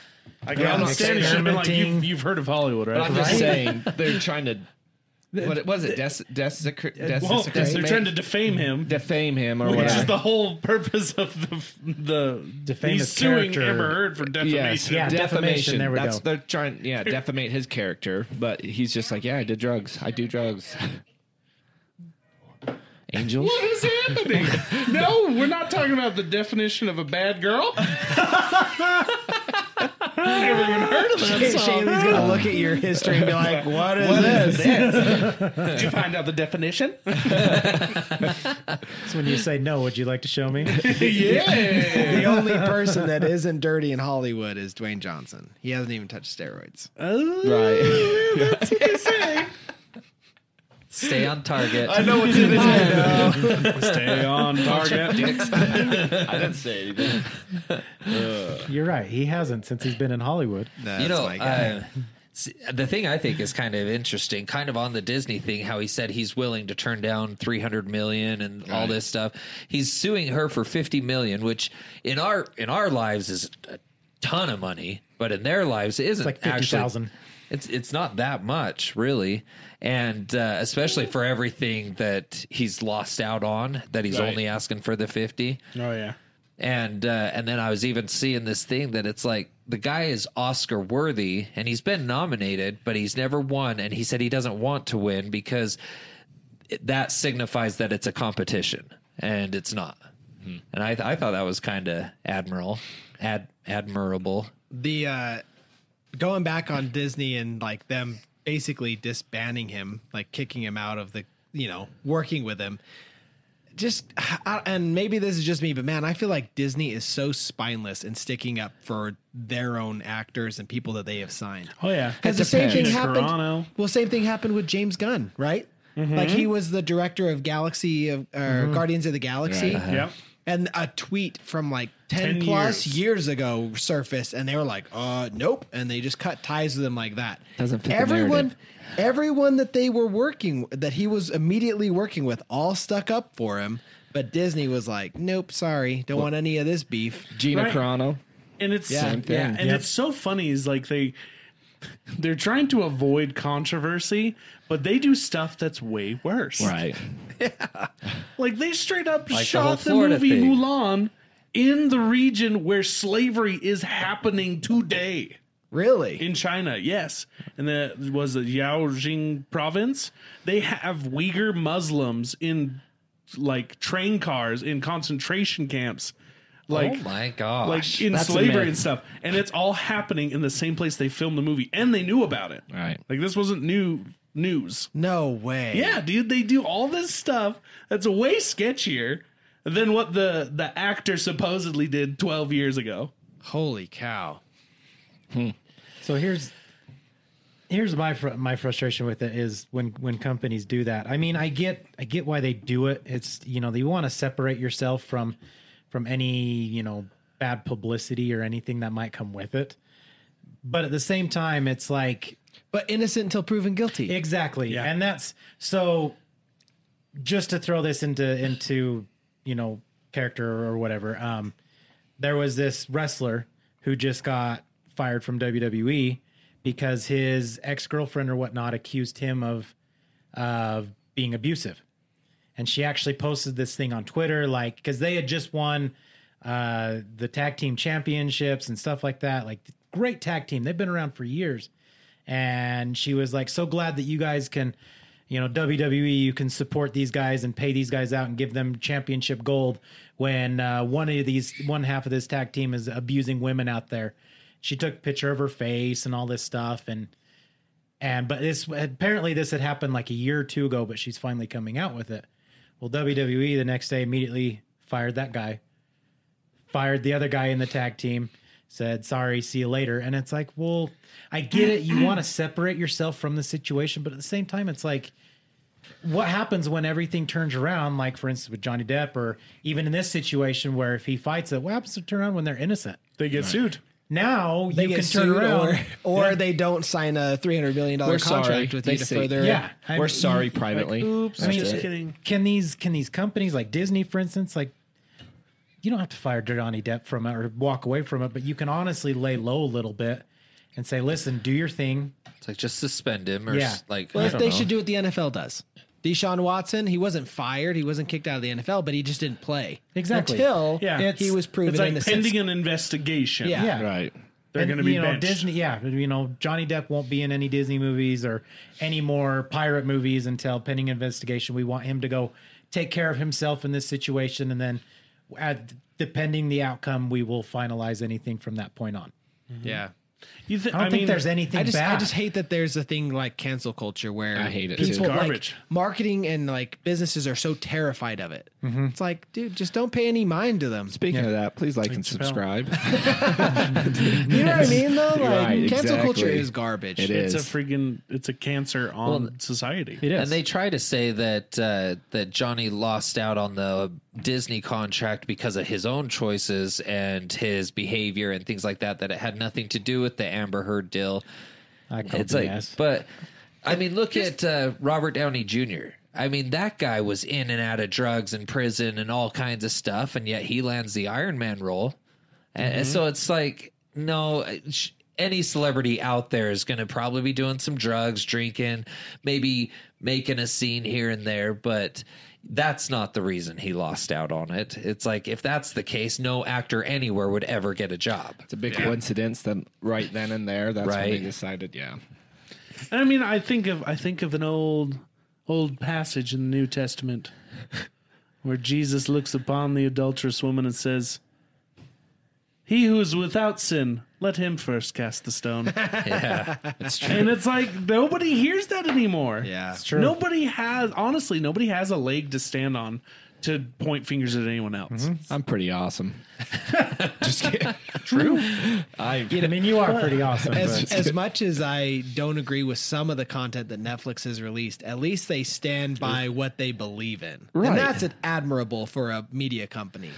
I can understand. It should have been like you've, experimenting. you've heard of Hollywood, right? But I'm just Right? saying, they're trying to. What was it? Des- desecrate, Well, desecrate, they're trying to defame him. defame him or Which is whatever. the whole purpose of the the Defame he's his suing character. Amber Heard for Yes, defamation. Yeah, defamation, there we That's go. they're trying. Yeah, defamate his character, but he's just like, yeah, I did drugs. I do drugs. Angels. What is happening? no, we're not talking about the definition of a bad girl. Never even heard of that song. Shaylee's gonna look at your history and be like, "What is this?" Did you find out the definition? That's when you say, no, would you like to show me? yeah. the only person that isn't dirty in Hollywood is Dwayne Johnson. He hasn't even touched steroids. Right. Stay on target. know what's in his head. Stay on target. I didn't say anything. You're right. He hasn't since he's been in Hollywood. you know, uh, s- the thing I think is kind of interesting, kind of on the Disney thing, how he said he's willing to turn down 300 million and all this stuff. He's suing her for 50 million, which in our in our lives is a ton of money, but in their lives it isn't like 50,000. actually- It's it's not that much really, and uh, especially for everything that he's lost out on, that he's Right. only asking for the 50 Oh yeah. and uh, and then I was even seeing this thing that it's like the guy is Oscar worthy and he's been nominated, but he's never won, and he said he doesn't want to win because it- that signifies that it's a competition, and it's not. And I th- I thought that was kind of admirable, ad- admirable. the uh, going back on Disney and like them basically disbanding him, like kicking him out of the, you know, working with him. Just I, and maybe this is just me, but man, I feel like Disney is so spineless in sticking up for their own actors and people that they have signed. Oh yeah. Because the same thing Gina happened. Carano. Well, same thing happened with James Gunn, right? Mm-hmm. Like he was the director of Galaxy of uh, Mm-hmm. Guardians of the Galaxy. uh-huh. Yep. And a tweet from like 10, 10 plus years. years. ago surfaced, and they were like, uh, nope. And they just cut ties with him like that. Doesn't fit the everyone, narrative. everyone that they were working, that he was immediately working with, all stuck up for him. But Disney was like, nope, sorry, don't want any of this beef. Gina Right. Carano. and it's yeah, Same thing. and it's so funny is like they they're trying to avoid controversy but they do stuff that's way worse Right. like they straight up the whole shot the, Florida movie thing. mulan in the region where slavery is happening today Really? in China, yes, and that was the Yaojing province. They have Uyghur Muslims in like train cars in concentration camps, like oh my gosh! like in That's a slavery myth. and stuff. And it's all happening in the same place they filmed the movie, and they knew about it. Right. Like this wasn't new news. no way. Yeah, dude, they do all this stuff that's way sketchier than what the the actor supposedly did 12 years ago. Holy cow. So here's here's my fr- my frustration with it is when when companies do that. I mean, I get I get why they do it. It's you know they want to separate yourself from from any you know bad publicity or anything that might come with it. But at the same time, it's like But innocent until proven guilty. Exactly. Yeah. And that's so just to throw this into into, you know, character or whatever. Um there was this wrestler who just got fired from WWE because his ex-girlfriend or whatnot accused him of of being abusive. And she actually posted this thing on Twitter like cuz they had just won uh the tag team championships and stuff like that. Like great tag team. They've been around for years and she was like so glad that you guys can you know WWE you can support these guys and pay these guys out and give them championship gold when uh, one of these one half of this tag team is abusing women out there she took a picture of her face and all this stuff and And but this apparently this had happened like a year or two ago, but she's finally coming out with it. Well, WWE the next day immediately fired that guy, fired the other guy in the tag team, said sorry, see you later. And it's like, well, I get it. You want to separate yourself from the situation, but at the same time, it's like what happens when everything turns around, like for instance with Johnny Depp, or even in this situation where if he fights it, what happens to turn around when they're innocent? They get sued. Now They you get can turn sued around. or, or Yeah. they don't sign a $300 million contract sorry. with They you to say- further. yeah, I We're mean, sorry privately. Oops, I mean, Just it- kidding. Can these can these companies like Disney, for instance, like you don't have to fire Johnny Depp from it or walk away from it, but you can honestly lay low a little bit and say, "Listen, do your thing." It's like just suspend him or Yeah. s- like Well, I if don't they know. should do what the NFL does. Deshaun Watson, he wasn't fired. He wasn't kicked out of the NFL, but he just didn't play. Exactly. Until Yeah. he was proven It's like innocent. pending an investigation. Yeah. Yeah, Right. They're And, going to be you know, benched. Disney. Yeah, you know Johnny Depp won't be in any Disney movies or any more pirate movies until pending investigation. We want him to go take care of himself in this situation, and then, at, depending the outcome, we will finalize anything from that point on. yeah. You thi- I don't think mean, there's anything I just bad. I just hate that there's a thing like cancel culture where I hate it people, too. like, Garbage. marketing and like businesses are so terrified of it. It's like, dude, just don't pay any mind to them. Speaking of that, please like and subscribe. Chappelle. You know what I mean though? Like Right, cancel culture exactly. is garbage. It It's is. a freaking. It's a cancer on society. And they try to say that uh, that Johnny lost out on the Disney contract because of his own choices and his behavior and things like that. That it had nothing to do with the Amber Heard deal. I called it's like, BS. but I mean, look at uh, Robert Downey Jr. I mean, that guy was in and out of drugs and prison and all kinds of stuff, and yet he lands the Iron Man role. And and so it's like, no, uh, sh- any celebrity out there is going to probably be doing some drugs, drinking, maybe making a scene here and there, but that's not the reason he lost out on it. It's like, if that's the case, no actor anywhere would ever get a job. It's a big coincidence that right then and there, that's when they Right. decided, yeah. And I mean, I think of I think of an old old passage in the New Testament where Jesus looks upon the adulterous woman and says, "He who is without sin, let him first cast the stone." Yeah. and it's like nobody hears that anymore. Yeah. It's true. Nobody has honestly, nobody has a leg to stand on to point fingers at anyone else. Mm-hmm. I'm pretty awesome. Just kidding. I mean, you are pretty awesome. as, but- as much as I don't agree with some of the content that Netflix has released, at least they stand by what they believe in. Right. And that's an admirable for a media company.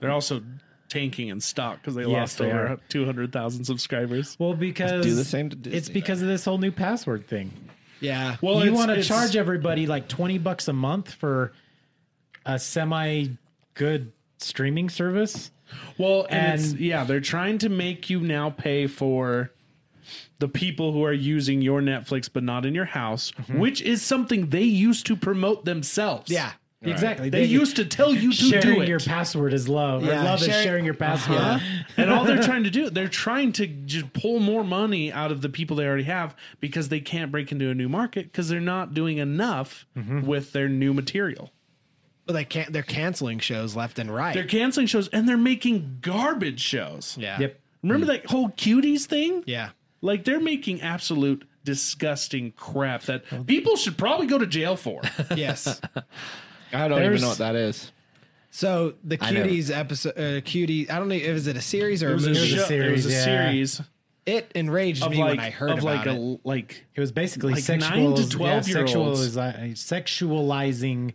They're also tanking in stock because they Yes, lost they over are. two hundred thousand subscribers. well, because Do the same to Disney, it's because of this whole new password thing. Yeah. Well, you it's- want to it's- charge everybody like twenty bucks a month for a semi good streaming service. Well, and, it's- And- yeah, they're trying to make you now pay for the people who are using your Netflix but not in your house, which is something they used to promote themselves. yeah. Exactly. They used to tell you to sharing do it. your password is love. Or Yeah, love is sharing- sharing your password. Uh-huh. and all they're trying to do, they're trying to just pull more money out of the people they already have because they can't break into a new market because they're not doing enough with their new material. But they can't they're canceling shows left and right. They're canceling shows and they're making garbage shows. yeah. Yep. Remember that whole cuties thing? Yeah. Like they're making absolute disgusting crap that people should probably go to jail for. Yes. I don't There's- even know what that is. So the know. cuties episode, uh, cutie. I don't know. Is it a series or a It movie? was a a show. series. It was a yeah. series it enraged of me like when I heard of about like it. a like It was basically Like sexual, nine to 12 year olds. sexualizi- sexualizing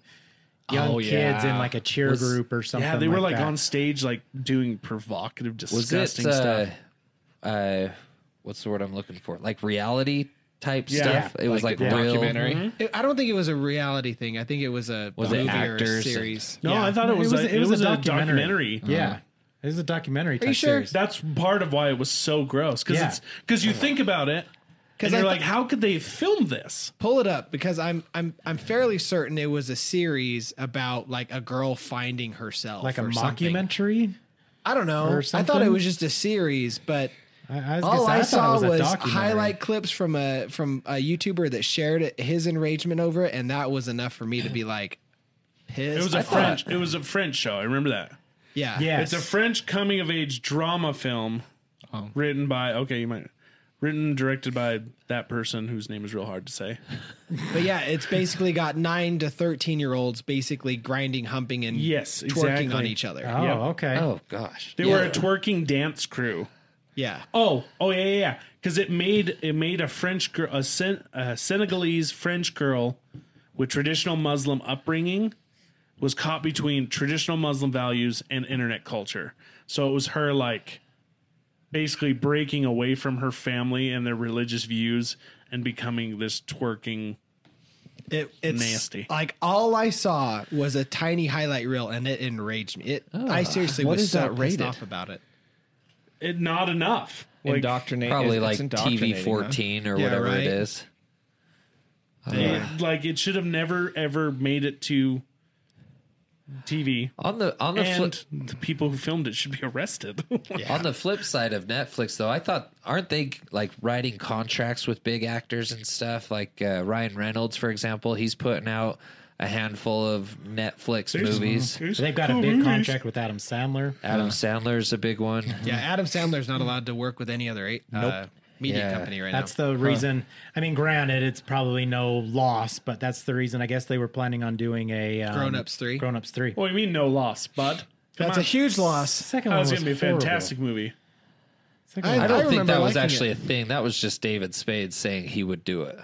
young Oh, kids in yeah. like a cheer group or something. yeah, they were like, that. on stage like doing provocative, was disgusting it uh, stuff. uh what's the word i'm looking for like reality type stuff it was like, a real documentary. Mm-hmm. It- I don't think it was a reality thing. I think it was a Was it movie or a actors? series. No, I thought it was, like- it was, a, documentary. Yeah, it was a documentary. Are you sure? That's part of why it was so gross because Yeah. it's because you think about it 'Cause because you're I like, thought- how could they film this? Pull it up because I'm I'm I'm fairly certain it was a series about like a girl finding herself, like a or something. mockumentary. I don't know. or I thought it something? was just a series, but I, I was gonna all say, I, thought saw it a was, documentary. highlight clips from a from a YouTuber that shared it- his enragement over it, and that was enough for me to be like pissed. It was a a French. It was a French show. I remember that. yeah, Yes. It's a French coming of age drama film written by okay, you might Written and directed by that person whose name is real hard to say. But yeah, it's basically got nine to thirteen year olds basically grinding, humping, and Yes, twerking exactly. on each other. Oh, Yeah. okay. Oh gosh. They were a twerking dance crew. Yeah, Oh, oh yeah, yeah, yeah. Because it made it made a French girl, a, Sen- a Senegalese French girl with traditional Muslim upbringing, was caught between traditional Muslim values and internet culture. So it was her like basically breaking away from her family and their religious views and becoming this twerking. it, it's Nasty. Like all I saw was a tiny highlight reel, and it enraged me. It, I seriously what was is so that pissed rated? off about it. It not enough. Like indoctrinate. Probably it's- like it's indoctrinating, TV huh? 14 or Yeah, whatever right. it is. it, like it should have never ever made it to TV. On the on the flip And the people who filmed it should be arrested. On the flip side of Netflix, though, I thought aren't they like writing contracts with big actors and stuff? Like uh, Ryan Reynolds, for example, he's putting out a handful of Netflix movies. So they've got a big contract with Adam Sandler. Adam Sandler's a big one. Yeah, Adam Sandler's not allowed to work with any other eight, uh, media Yeah. company right That's now. the reason. I mean, granted, it's probably no loss, but that's the reason I guess they were planning on doing a um, Grown Ups 3. Grown Ups Three. What do you mean no loss, bud? Come That's on. a huge loss. Second That one was was gonna be a horrible. fantastic movie. Second one- I I, don't think remember that was liking actually a thing. That was just David Spade saying he would do it.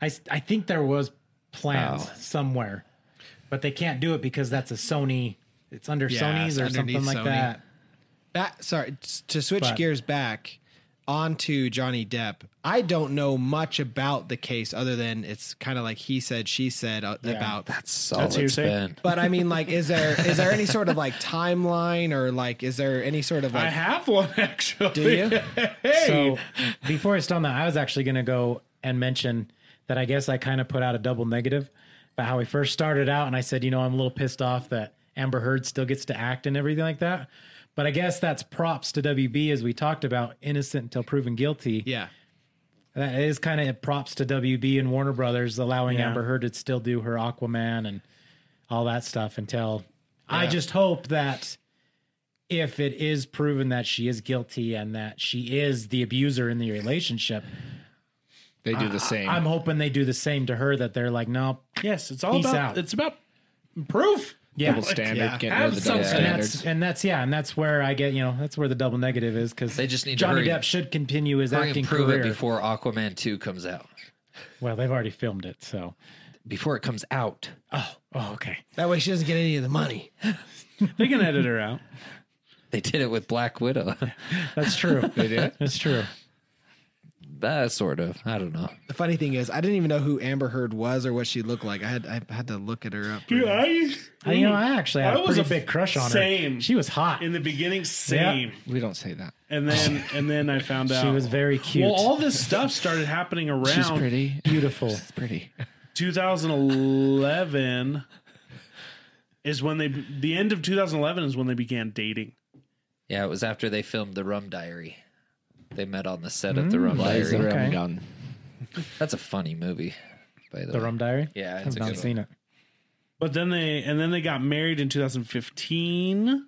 s- I think there was plans Oh. somewhere, but they can't do it because that's a Sony. It's under Yeah, it's Sony's or something underneath like Sony. that. Back, sorry, t- to switch But- gears back onto Johnny Depp. I don't know much about the case other than it's kind of like he said, she said uh, about. That's all it's hearsay. been. But I mean, like, is there is there any sort of like timeline or like is there any sort of I like? have one actually. Do you? So before it's done that, I was actually going to go and mention that I guess I kind of put out a double negative about how we first started out, and I said, you know, I'm a little pissed off that Amber Heard still gets to act and everything like that. But I guess that's props to WB, as we talked about, innocent until proven guilty. Yeah, That is kind of props to WB and Warner Brothers allowing Yeah. Amber Heard to still do her Aquaman and all that stuff until I just hope that if it is proven that she is guilty and that she is the abuser in the relationship, They do the same. I'm hoping they do the same to her that they're like, no, Yes, it's all Peace about out. it's about proof. yeah. double standard. yeah. Getting rid of the double Absolutely. And standards. that's and that's yeah, and that's where I get you know that's where the double negative is because They just need to Johnny hurry- Depp should continue his Hurry acting and prove career. it before Aquaman 2 comes out. Well, they've already filmed it, so Before it comes out. oh okay. that way she doesn't get any of the money. They can edit her out. They did it with Black Widow. That's true. they did? That's true. uh, sort of. I don't know. The funny thing is, I didn't even know who Amber Heard was or what she looked like. I had I had to look at her up. I, I, you know, I actually had I a was pretty a big crush on same. her. She was hot. in the beginning, same. We don't say that. And then and then I found out she was very cute. Well, all this stuff started happening She's around pretty. beautiful. She's pretty. 2011. Is when they the end of 2011 is when they began dating. Yeah, it was after they filmed The Rum Diary. They met on the set of The Rum Diary. Okay. Rum gun. That's a funny movie, by the, the way. Rum Diary. Yeah, it's I've a not good seen it. But then they and then they got married in 2015.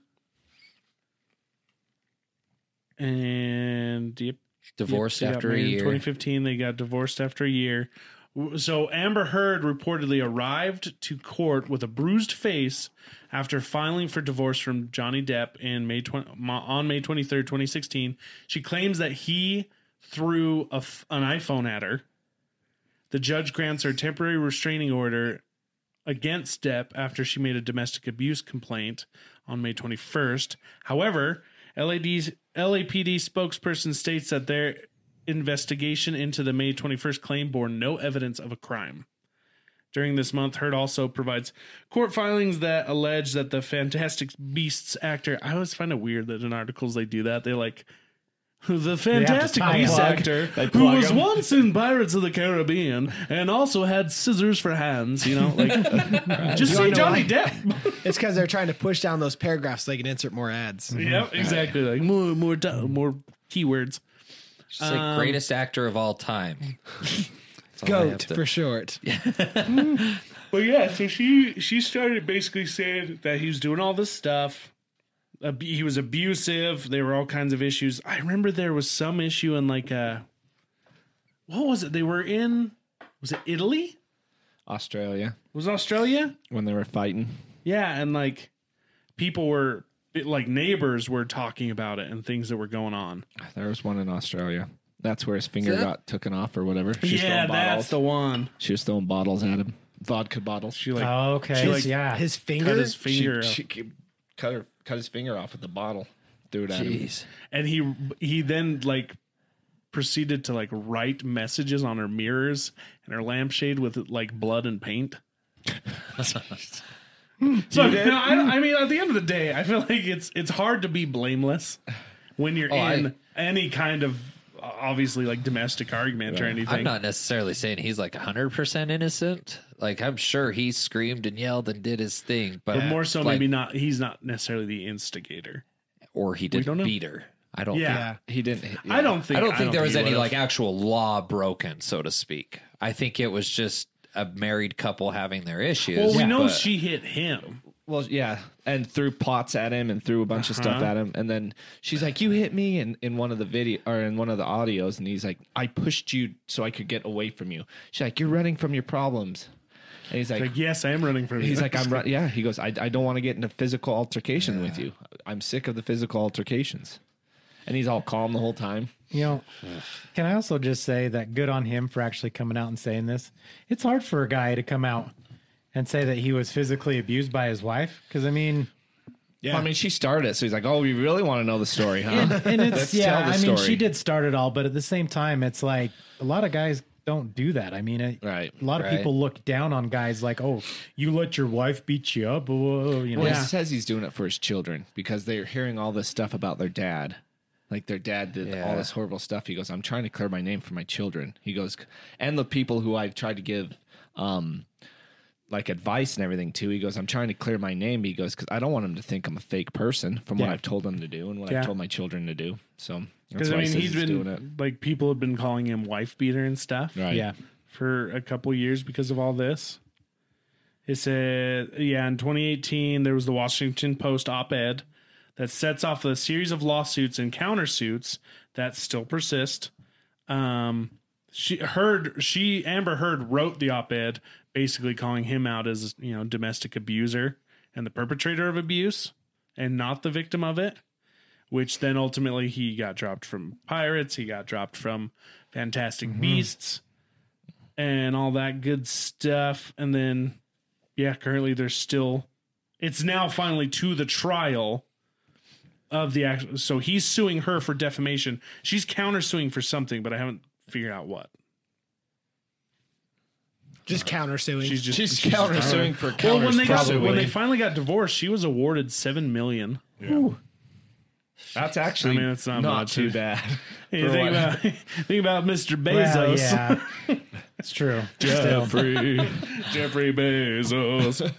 And yep, Divorced Yep, they got after a married in year. 2015, they got divorced after a year. W- So Amber Heard reportedly arrived to court with a bruised face after filing for divorce from Johnny Depp in May 20, Ma- on May 23rd, 2016. She claims that he threw a f an iPhone at her. The judge grants her a temporary restraining order against Depp after she made a domestic abuse complaint on May 21st. However, LAD's, LAPD spokesperson states that their investigation into the May 21st claim bore no evidence of a crime. During this month, Heard also provides court filings that allege that the Fantastic Beasts actor. I always find it weird that in articles they do that. They like the Fantastic tie Beasts plug. actor They who plug was 'em. once in Pirates of the Caribbean and also had scissors for hands. You know, like just say Johnny Depp. It's because they're trying to push down those paragraphs so they can insert more ads. yep, exactly. Like more, more, di- more keywords. She's like greatest actor of all time. That's all I have Goat to- for short. But yeah, so she she started basically saying that he was doing all this stuff. Ab- he was abusive. There were all kinds of issues. I remember there was some issue in like a what was it? They were in was it Italy? Australia Was it Australia? when they were fighting. Yeah, and like people were it, like neighbors were talking about it and things that were going on. There was one in Australia. That's where his finger Is that- got taken off or whatever. She was yeah, throwing bottles. that's the one. she was throwing bottles at him. Vodka bottles. She like Oh, okay. she, like, yeah. His finger. cut his finger, She, she cut her cut his finger off with the bottle. Threw it at him. Jeez. and he he then like proceeded to like write messages on her mirrors and her lampshade with like blood and paint. So no, I, I mean, at the end of the day, I feel like it's it's hard to be blameless when you're Oh, I- in any kind of uh, obviously like domestic argument or anything. I'm not necessarily saying he's like 100% innocent. Like, I'm sure he screamed and yelled and did his thing, but, but more so, like, maybe not. He's not necessarily the instigator. Or he don't didn't know. beat her. I don't Yeah. think. He didn't. yeah. I don't think. I don't think there was he any would've. like actual law broken, so to speak. I think it was just a married couple having their issues. Well, we know but- she hit him. Well, yeah, and threw pots at him and threw a bunch of stuff at him, and then she's like, "You hit me!" in in one of the video or in one of the audios, and he's like, "I pushed you so I could get away from you." She's like, "You're running from your problems," and he's like, Like, yes, I am running from. "He's you. like, I'm run- yeah." He goes, "I I don't want to get into physical altercation with you. I'm sick of the physical altercations," and he's all calm the whole time. You know, can I also just say that good on him for actually coming out and saying this? It's hard for a guy to come out and say that he was physically abused by his wife. Because I mean, Yeah, I mean, she started it, so he's like, "Oh, you really want to know the story, huh?" and it's Let's yeah. tell the I mean, story. she did start it all, but at the same time, it's like a lot of guys don't do that. I mean, it, Right, A lot of right. people look down on guys like, oh, you let your wife beat you up. Oh, you know, Well, Yeah. he says he's doing it for his children because they're hearing all this stuff about their dad. Like their dad did all Yeah. this horrible stuff. He goes, I'm trying to clear my name for my children. He goes, and the people who I've tried to give, um, like advice and everything to. He goes, I'm trying to clear my name. He goes, because I don't want him to think I'm a fake person from what Yeah. I've told him to do and what Yeah. I've told my children to do. So that's because why I mean, he says he's he's doing it. been like people have been calling him wife beater and stuff. Right. yeah. for a couple years because of all this. It said, yeah, in 2018, there was the Washington Post op ed that sets off a series of lawsuits and countersuits that still persist. Um, she heard, she, Amber Heard wrote the op ed basically calling him out as, you know, domestic abuser and the perpetrator of abuse and not the victim of it which then ultimately he got dropped from Pirates, he got dropped from Fantastic Beasts, and all that good stuff. And then, yeah, currently there's still, it's now finally to the trial of the act. So he's suing her for defamation. She's countersuing for something, but I haven't figured out what. Just counter suing. She's just She's counter suing for well, counter when they got when they finally got divorced, she was awarded seven million. That's actually I mean, it's not much. too bad. Hey, For what- think about think about Mr. Bezos. Well, yeah. it's true. Still. Jeffrey, Jeffrey Bezos.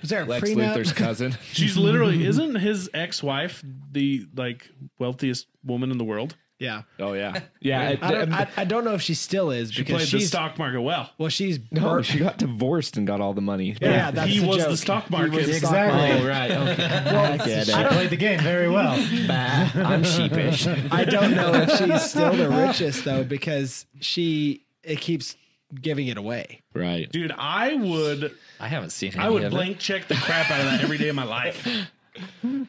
Is there a Lex prenup? Luthor's cousin. She's literally isn't his ex-wife the like wealthiest woman in the world? Yeah. Oh yeah, yeah. I don't, I, I don't know if she still is She played because the she's stock market well. well, she's No, burnt. she got divorced and got all the money. yeah, that's he the was joke. the stock market. Oh, Exactly. right. Okay. She played the game very well. I'm sheepish. I don't know if she's still the richest though because she it keeps giving it away. Right. Dude, I would I haven't seen any I of would it. blank check the crap out of that every day of my life.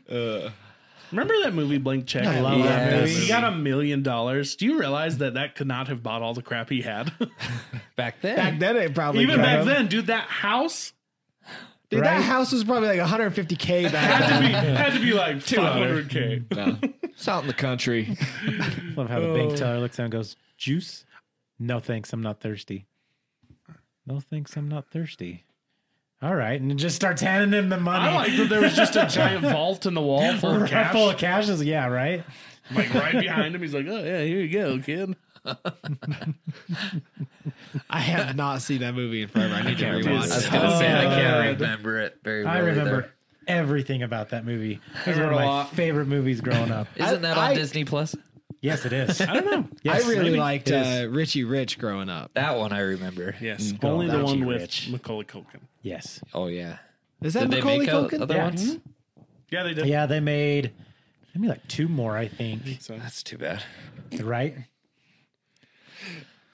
Uh, Remember that movie Blank Check? I love that movie. He got a million dollars. Do you realize that that could not have bought all the crap he had? back then. Back then, it probably Even got back him. then, dude, that house Dude, that house was probably like 150k back had to then. be had to be like 500k. It's out in the country. Love how the bank teller looks down and goes, Juice? No thanks, I'm not thirsty. No thanks, I'm not thirsty. All right. And it just starts handing him the money. I like that there was just a giant vault in the wall full of cash. Full of cash is yeah, right? like right behind him. He's like, oh yeah, here you go, kid. I have not seen that movie in forever. I need to rewatch. I was it. gonna say I can't remember it very well. I remember either. everything about that movie. It was one of a my lot. favorite movies growing up. Isn't that on I- Disney Plus? yes, it is. I don't know. Yes, I really maybe. liked It is. uh, Richie Rich growing up. That one I remember. Yes, only the Gotcha, one with Rich. Macaulay Culkin. Yes. Oh yeah. Is that Did they Macaulay make o- Culkin? other Yeah. Hmm? ones? Yeah, they did. Yeah, they made maybe like two more, I think. That's too bad. Right?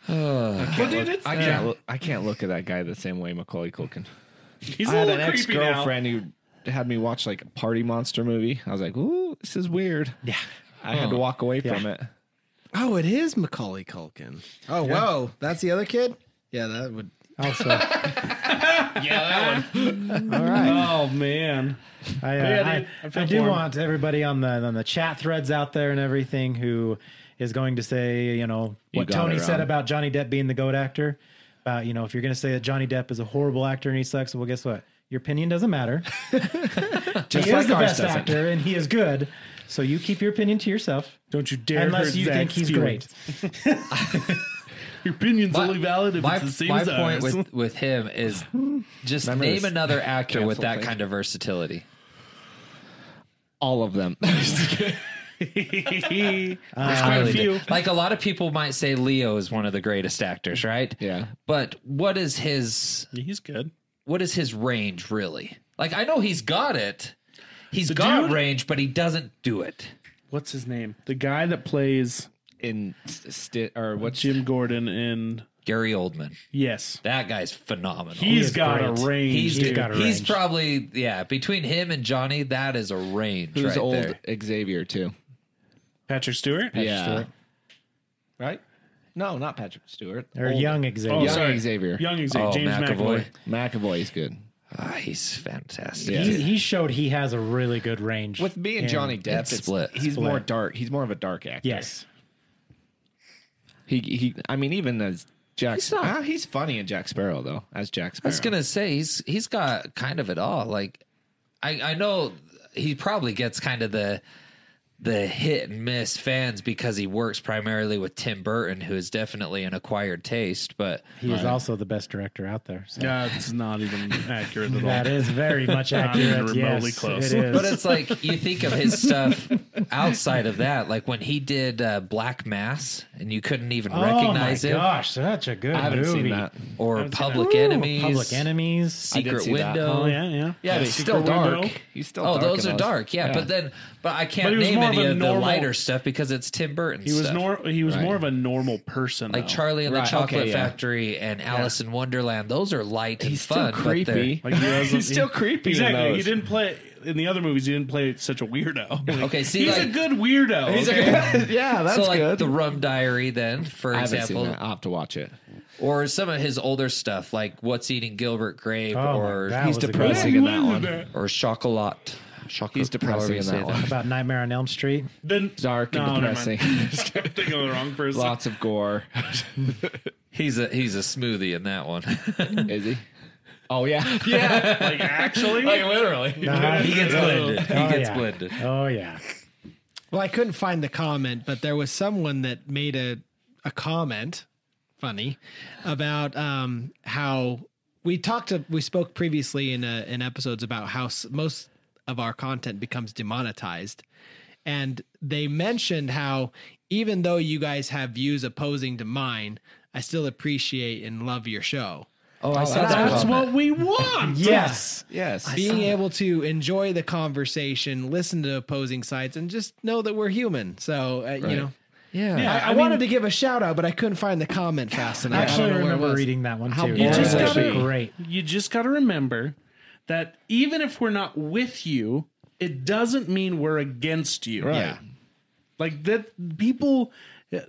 Well, dude, it's, I can't. Look, I can't look at that guy the same way Macaulay Culkin. he's I a had little an creepy now. ex-girlfriend who had me watch like a party monster movie. I was like, "Ooh, this is weird." Yeah, I had to walk away from it. Oh, it is Macaulay Culkin. Oh, whoa, that's the other kid. Yeah, that would. Also, I, All right. Oh man, uh, Oh, Yeah, dude, I I, feel I do for him. want everybody on the on the chat threads out there and everything who is going to say you know You what got Tony it, said Rob. about Johnny Depp being the goat actor. About you know if you're going to say that Johnny Depp is a horrible actor and he sucks, well guess what? Your opinion doesn't matter. he like is the ours best doesn't. actor and he is good. So you keep your opinion to yourself. don't you dare! Unless hurt you Zach's think he's feelings. great. Your opinion's My- only valid if my, it's the same my as point ours. with, with him is just Remember name this another actor with cancel that thing? kind of versatility. All of them. There's quite a really few. do. Like a lot of people might say Leo is one of the greatest actors, right? Yeah. But what is his he's good. what is his range really? Like I know he's got it. He's The got dude- range, but he doesn't do it. What's his name? The guy that plays In st- sti- or what's Jim Gordon in Gary Oldman. Yes, That guy's phenomenal. he's is got great. a range. He's, dude. got a he's range. probably yeah, between him and Johnny, that is a range who's right old there. Xavier too? Patrick Stewart. yeah. Right? No, not Patrick Stewart. Or Old- young Xavier. Oh, Young sorry. Xavier. Young Xavier. Oh, James McAvoy. McAvoy. McAvoy's good. Ah, he's fantastic. Yeah. He, he showed he has a really good range. With me and Johnny Depp, it's it's- split. he's Split. more dark. He's more of a dark actor. yes, He he. I mean, even as Jack, he's, He's not- he's funny in Jack Sparrow though. As Jack I Sparrow, was gonna say he's he's got kind of it all. Like I I know he probably gets kind of the the hit and miss fans because he works primarily with Tim Burton, who is definitely an acquired taste. But he is also the best director out there. So. That's not even accurate at all. That is very much Not even accurate. remotely yes, close. It is. but it's like you think of his stuff outside of that, like when he did uh, Black Mass, and you couldn't even recognize oh my him, gosh, such a good I haven't movie. seen that. or Public Ooh, Enemies, Public Enemies. I did Secret see that. Window. Oh yeah, yeah, Yeah, but he's still dark. He's still. Oh, dark those in are dark. Yeah, but then, but I can't But he was name more of any a of, the normal- lighter stuff because it's Tim Burton. He was stuff. nor- he was more of a normal person, like though. Charlie and the Right, Chocolate okay, yeah. Factory and Alice in Wonderland. Those are light he's and fun, still creepy. Like he has he's he- still creepy. in Exactly. He those. didn't play in the other movies. He didn't play such a weirdo. Like, Okay, see, he's a like- good weirdo. okay? yeah, But that's they're, so like good. the Rum Diary, then for I haven't seen example, that. I'll have to watch it. or some of his older stuff like What's Eating Gilbert Grape Oh my or God. He's was a good depressing in that one. or Chocolat. Chocolat He's depressing in that one. About Nightmare on Elm Street. Then Dark and No, never mind. depressing. I'm thinking of the wrong person. Lots of gore. He's a he's a smoothie in that one. Is he? Oh yeah, yeah. Like actually, literally. Uh, he gets blended. He oh, gets yeah. blended. Oh yeah. Well, I couldn't find the comment, but there was someone that made a a comment, funny, about um, how we talked. To, we spoke previously in uh in episodes about how s- most of our content becomes demonetized, and they mentioned how even though you guys have views opposing to mine, I still appreciate and love your show. Oh, I saw that's comment. what we want. Yes. Yes. Being able to enjoy the conversation, listen to opposing sides, and just know that we're human. So uh, you know. Yeah. I, I wanted to give a shout out, but I couldn't find the comment fast enough. I actually I don't know where it remember was. reading that one How too. boring It's would it actually be? great. You just got to remember that even if we're not with you, it doesn't mean we're against you. Yeah. Like that people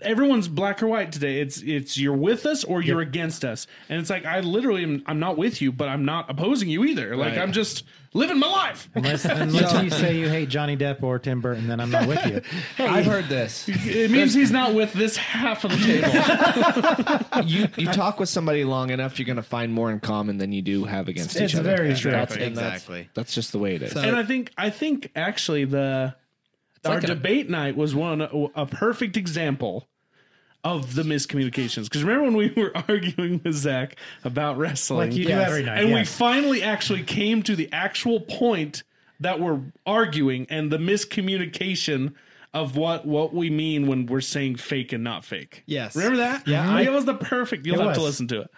everyone's black or white today. It's it's you're with us or you're against us. And it's like I literally am, I'm not with you, but I'm not opposing you either. Like I'm just living my life. Unless, unless you say you hate Johnny Depp or Tim Burton, then I'm not with you. I've heard this. It means he's not with this half of the table. you you talk with somebody long enough, you're going to find more in common than you do have against It's each other. very true. That's, Exactly. and that's- Exactly. That's, just the way it is. So- and I think I think actually the our like a- debate night was one a perfect example of the miscommunications. Because remember when we were arguing with Zach about wrestling, Like you do every night, and we yes. finally actually came to the actual point that we're arguing and the miscommunication of what what we mean when we're saying fake and not fake. Yes. remember that? Yeah, it was the perfect. You'll It have to was. listen to it.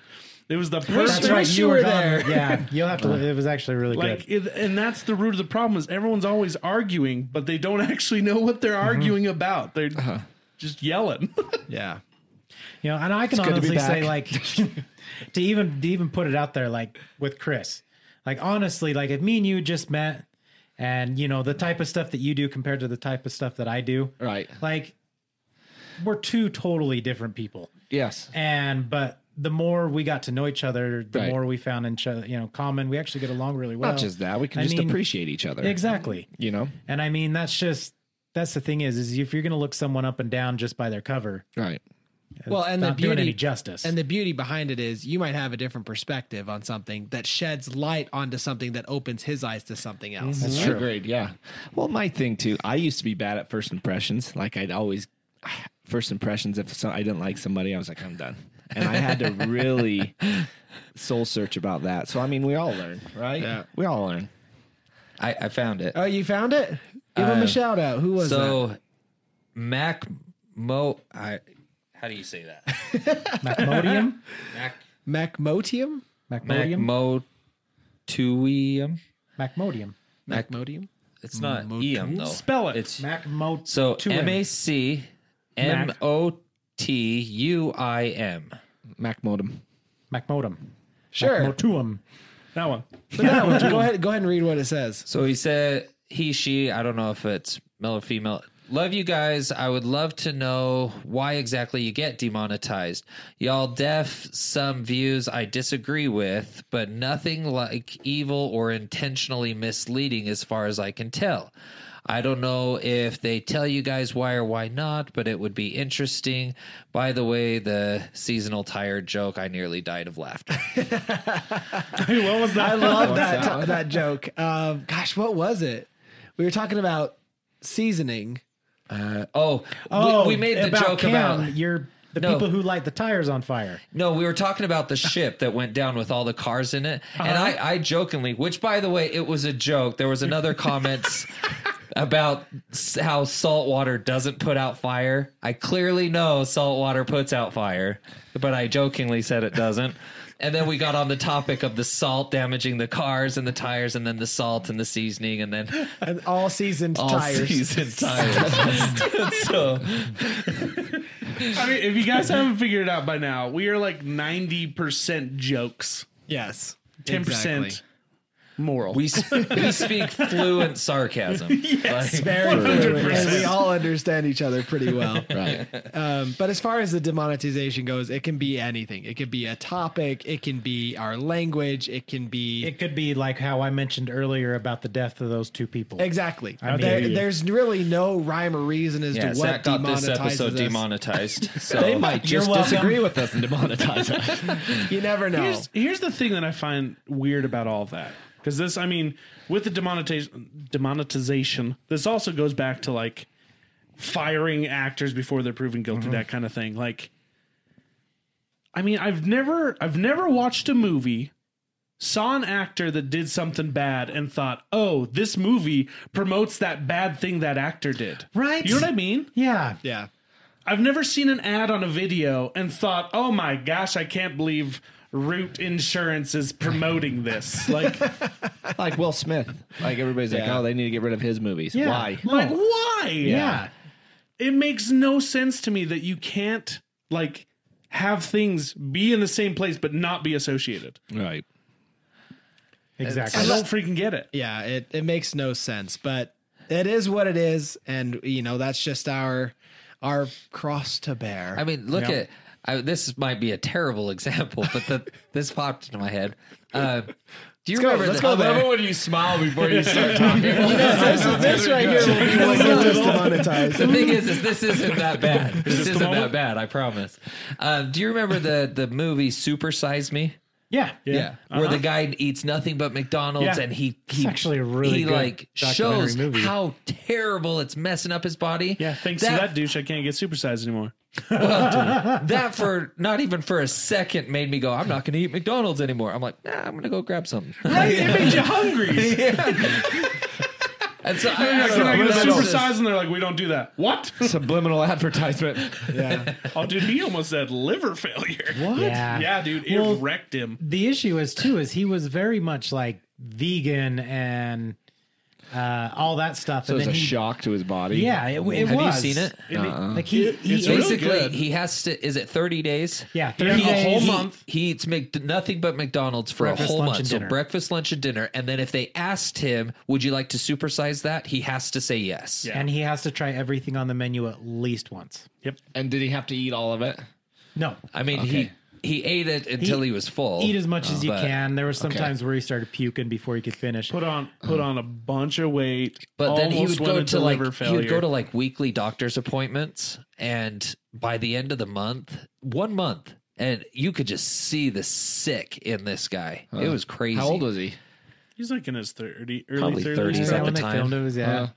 It was the That's perfect. right. wish You you were were there. there. Yeah. You'll have to. It was actually really Like, good. it, and that's the root of the problem is everyone's always arguing, but they don't actually know what they're arguing about. They're just yelling. Yeah. You know, and I can It's good to be honestly say back. like to even to even put it out there like with Chris. Like honestly, like if me and you just met and you know the type of stuff that you do compared to the type of stuff that I do. Right. Like we're two totally different people. Yes. And but the more we got to know each other, the Right. more we found each other, you know, common. We actually get along really well. Not just that. We can I just mean- appreciate each other. Exactly. You know? And I mean that's just that's the thing is is if you're going to look someone up and down just by their cover, Right. Well, it's and the not doing beauty any justice. And the beauty behind it is you might have a different perspective on something that sheds light onto something that opens his eyes to something else. That's true. Agreed. Yeah. Well, my thing too. I used to be bad at first impressions. Like I'd always first impressions. If some, I didn't like somebody, I was like, I'm done. And I had to really soul search about that. So I mean, we all learn, right? Yeah. We all learn. I, I found it. Oh, you found it? Give him a shout out. Who was so Mac Mo I how do you say that? Macmodium? Mac that? Macmotium? Macmodium? Macmo Tuium. Macmodium. Macmodium? It's not Eum though. Spell it. It's Macmo. so Tuium. M A C M O T U I M. Mac modem. Macmodum. Sure. Macmotuum. That one. But that one, go ahead go ahead and read what it says. So he said he, she, I don't know if it's male or female. Love you guys. I would love to know why exactly you get demonetized. Y'all def some views I disagree with, but nothing like evil or intentionally misleading as far as I can tell. I don't know if they tell you guys why or why not, but it would be interesting. By the way, the seasonal tired joke, I nearly died of laughter. what was that? I love that that, joke. Um, gosh, what was it? We were talking about seasoning. Oh, Oh, we, we made the about joke Cam, about you're the No. people who light the tires on fire. No, we were talking about the ship that went down with all the cars in it. And I, I jokingly, which by the way, it was a joke. There was another comment about s- how salt water doesn't put out fire. I clearly know salt water puts out fire, but I jokingly said it doesn't. And then we got on the topic of the salt damaging the cars and the tires, and then the salt and the seasoning, and then And all seasoned all tires. season tires. so I mean, if you guys haven't figured it out by now, we are like 90% jokes, Yes. 10% moral. we, sp- we speak fluent sarcasm. Like- Very fluid, and we all understand each other pretty well. right. Um, but as far as the demonetization goes, it can be anything. It could be a topic. It can be our language. It can be It could be like how I mentioned earlier about the death of those two people. exactly. mean- There- there's really no rhyme or reason as Yeah, to what Zach got this episode demonetizes us. demonetized. So They might You're just welcome. disagree with us and demonetize us. You never know. Here's, here's the thing that I find weird about all that. Because this, I mean, with the demonetization, demonetization, this also goes back to like firing actors before they're proven guilty, that kind of thing. Like, I mean, I've never, I've never watched a movie, saw an actor that did something bad, and thought, "Oh, this movie promotes that bad thing that actor did." Right. You know what I mean? Yeah. Yeah. I've never seen an ad on a video and thought, "Oh my gosh, I can't believe Root Insurance is promoting this." Like, like Will Smith. Like everybody's like, oh, they need to get rid of his movies. Why? like why? Yeah. It makes no sense to me that you can't like have things be in the same place but not be associated. Right. Exactly. I don't freaking get it. yeah it, it makes no sense but it is what it is and you know that's just our our cross to bear I mean, look at I, this might be a terrible example, but the, this popped into my head. Uh, do you remember? let's the- go there. when you smile before you start talking. this, this right here will be what gets us demonetized The thing is, is this isn't that bad. This, the isn't that moment? bad. I promise. Um, do you remember the the movie Super Size Me? yeah. Uh-huh. Yeah, where the guy eats nothing but McDonald's, Yeah. and he he actually a really he good like documentary shows movie. how terrible it's messing up his body. Yeah, thanks That to that douche, I can't get supersized anymore. that for not even for a second made me go, I'm not going to eat McDonald's anymore. I'm like, nah, I'm going to go grab something. Right? It made you hungry. And so I, I Like, don't Can I know. get That's just- supersized? And they're like, "We don't do that." What? Subliminal advertisement. yeah Oh, dude, he almost said liver failure. What? Yeah. Yeah, dude, it Well, wrecked him. the issue is too is he was very much like vegan and uh, all that stuff. So it was a he- shock to his body. Yeah, it, it Have you was. seen it? Uh-uh. And Like he, he It's ate- really Basically, good. he has to. Is it thirty days? Yeah, He- 30 he- days. He, Whole month. He eats Mc, nothing but McDonald's for Breakfast, a whole lunch, month. and So dinner. breakfast, lunch, and dinner. And then if they asked him, "Would you like to supersize that?" He has to say yes. Yeah. and he has to try everything on the menu at least once. And did he have to eat all of it? No, I mean, he he ate it until he, was full. eat as much as you but- can. There were some times where he started puking before he could finish. put on put on a bunch of weight. But then he almost would went go into to like liver he would go failure. to like weekly doctor's appointments, and by the end of the month, one month, and you could just see the sick in this guy. It was crazy. How old was he? He's like in his thirty, early Probably Yeah, thirties. 30s at when the they time. filmed it was yeah. Uh,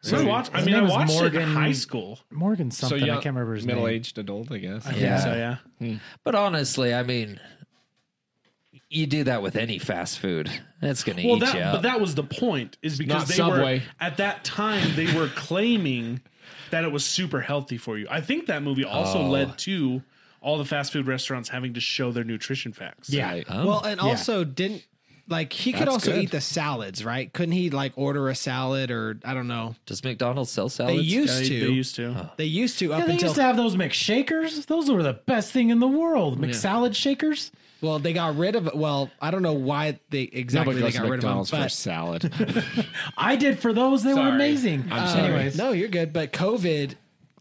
So I watched. I His mean, I name was watched it in Morgan- high school. Morgan something. I can't remember his name. middle-aged adult, I guess. Yeah. So yeah, But honestly, I mean, you do that with any fast food, that's going to Well, eat that you but up. that was the point is Not because they were Subway. at that time they were claiming that it was super healthy for you. I think that movie also Oh. led to all the fast food restaurants having to show their nutrition facts. Um, Yeah, Well, and also didn't like he could That's also good. eat the salads, right? Couldn't he like order a salad or I don't know? Does McDonald's sell Oh, They salads? used they, to. they used to. They used to up Yeah, they until used to have those McShakers. Those were the best thing in the world. McSalad shakers. well, they got rid of. Well, I don't know why they exactly they got rid of them. But salad. I did for those. They were Sorry. amazing. I'm Uh, sorry. Anyways, no, you're good. But COVID,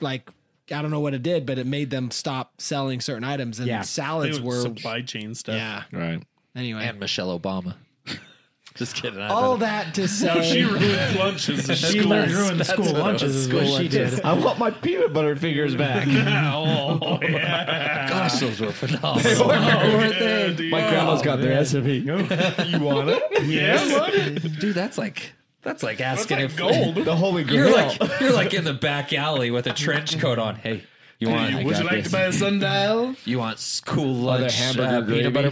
like I don't know what it did, but it made them stop selling certain items, and Yeah. They salads would were supply chain stuff. yeah. right. Anyway, and Michelle Obama. Oh, just kidding. I all don't- that to So say, she ruined lunches. and she schools. learned ruined That's school what I lunches. was- Is what school she did. I want my peanut butter fingers back. Oh, gosh, those were phenomenal. they were, dude. my grandma's got the recipe. you want it? yeah, Dude, that's like that's like asking like if gold. The Holy you're Grail. like you're like in the back alley with a trench coat on. Hey, you want Would you got like to this. buy a sundial? you want s- cool lunch uh, hamburger gravy? peanut butter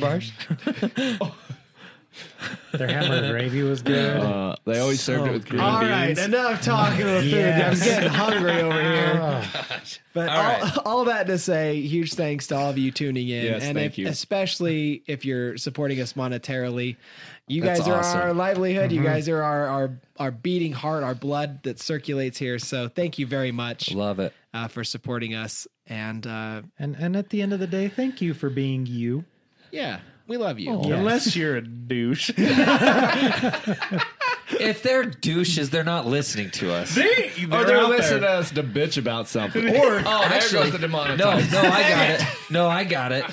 bars? Their hamburger gravy was good. Uh, they always served it with green all beans. right, enough talking about food. Yes. I'm getting hungry over here. But all, All right. all that to say, huge thanks to all of you tuning in, Yes, and thank if, you. especially if you're supporting us monetarily, you That's guys are awesome. our livelihood. You guys are our, our our beating heart, our blood that circulates here. So thank you very much Love it. uh, for supporting us, and uh, And and at the end of the day, thank you for being you. yeah, we love you. Unless you're a douche. If they're douches, they're not listening to us. they, Oh, they're they're out listening there. to us to bitch about something. Or Oh, there actually, goes the demonetized. no, no, I got it. No, I got it.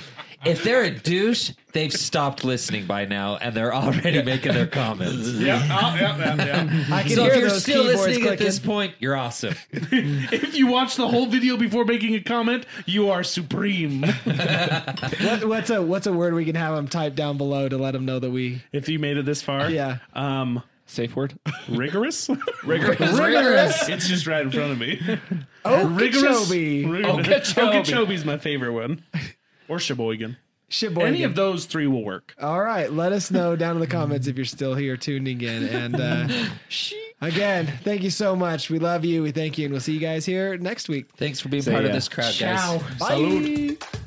If they're a douche, they've stopped listening by now, and they're already making their comments. Yep, oh, yep, yep, yep. I can So hear if you're those still keyboards listening clicking. at this point, you're awesome. If you watch the whole video before making a comment, you are supreme. What, what's a what's a word we can have them type down below to let them know that we if you made it this far, yeah. Um, Safe word? rigorous. Rigorous. Rigorous. it's just right in front of me. Oh, Rigorous. Okeechobee. Rigorous. Okeechobee's my favorite one, or Sheboygan. Sheboygan. Any of those three will work. All right, let us know down in the comments if you're still here tuning in. And uh, again, thank you so much. We love you. We thank you, and we'll see you guys here next week. Thanks for being part ya. of this crowd, guys. Ciao. Bye. Salud.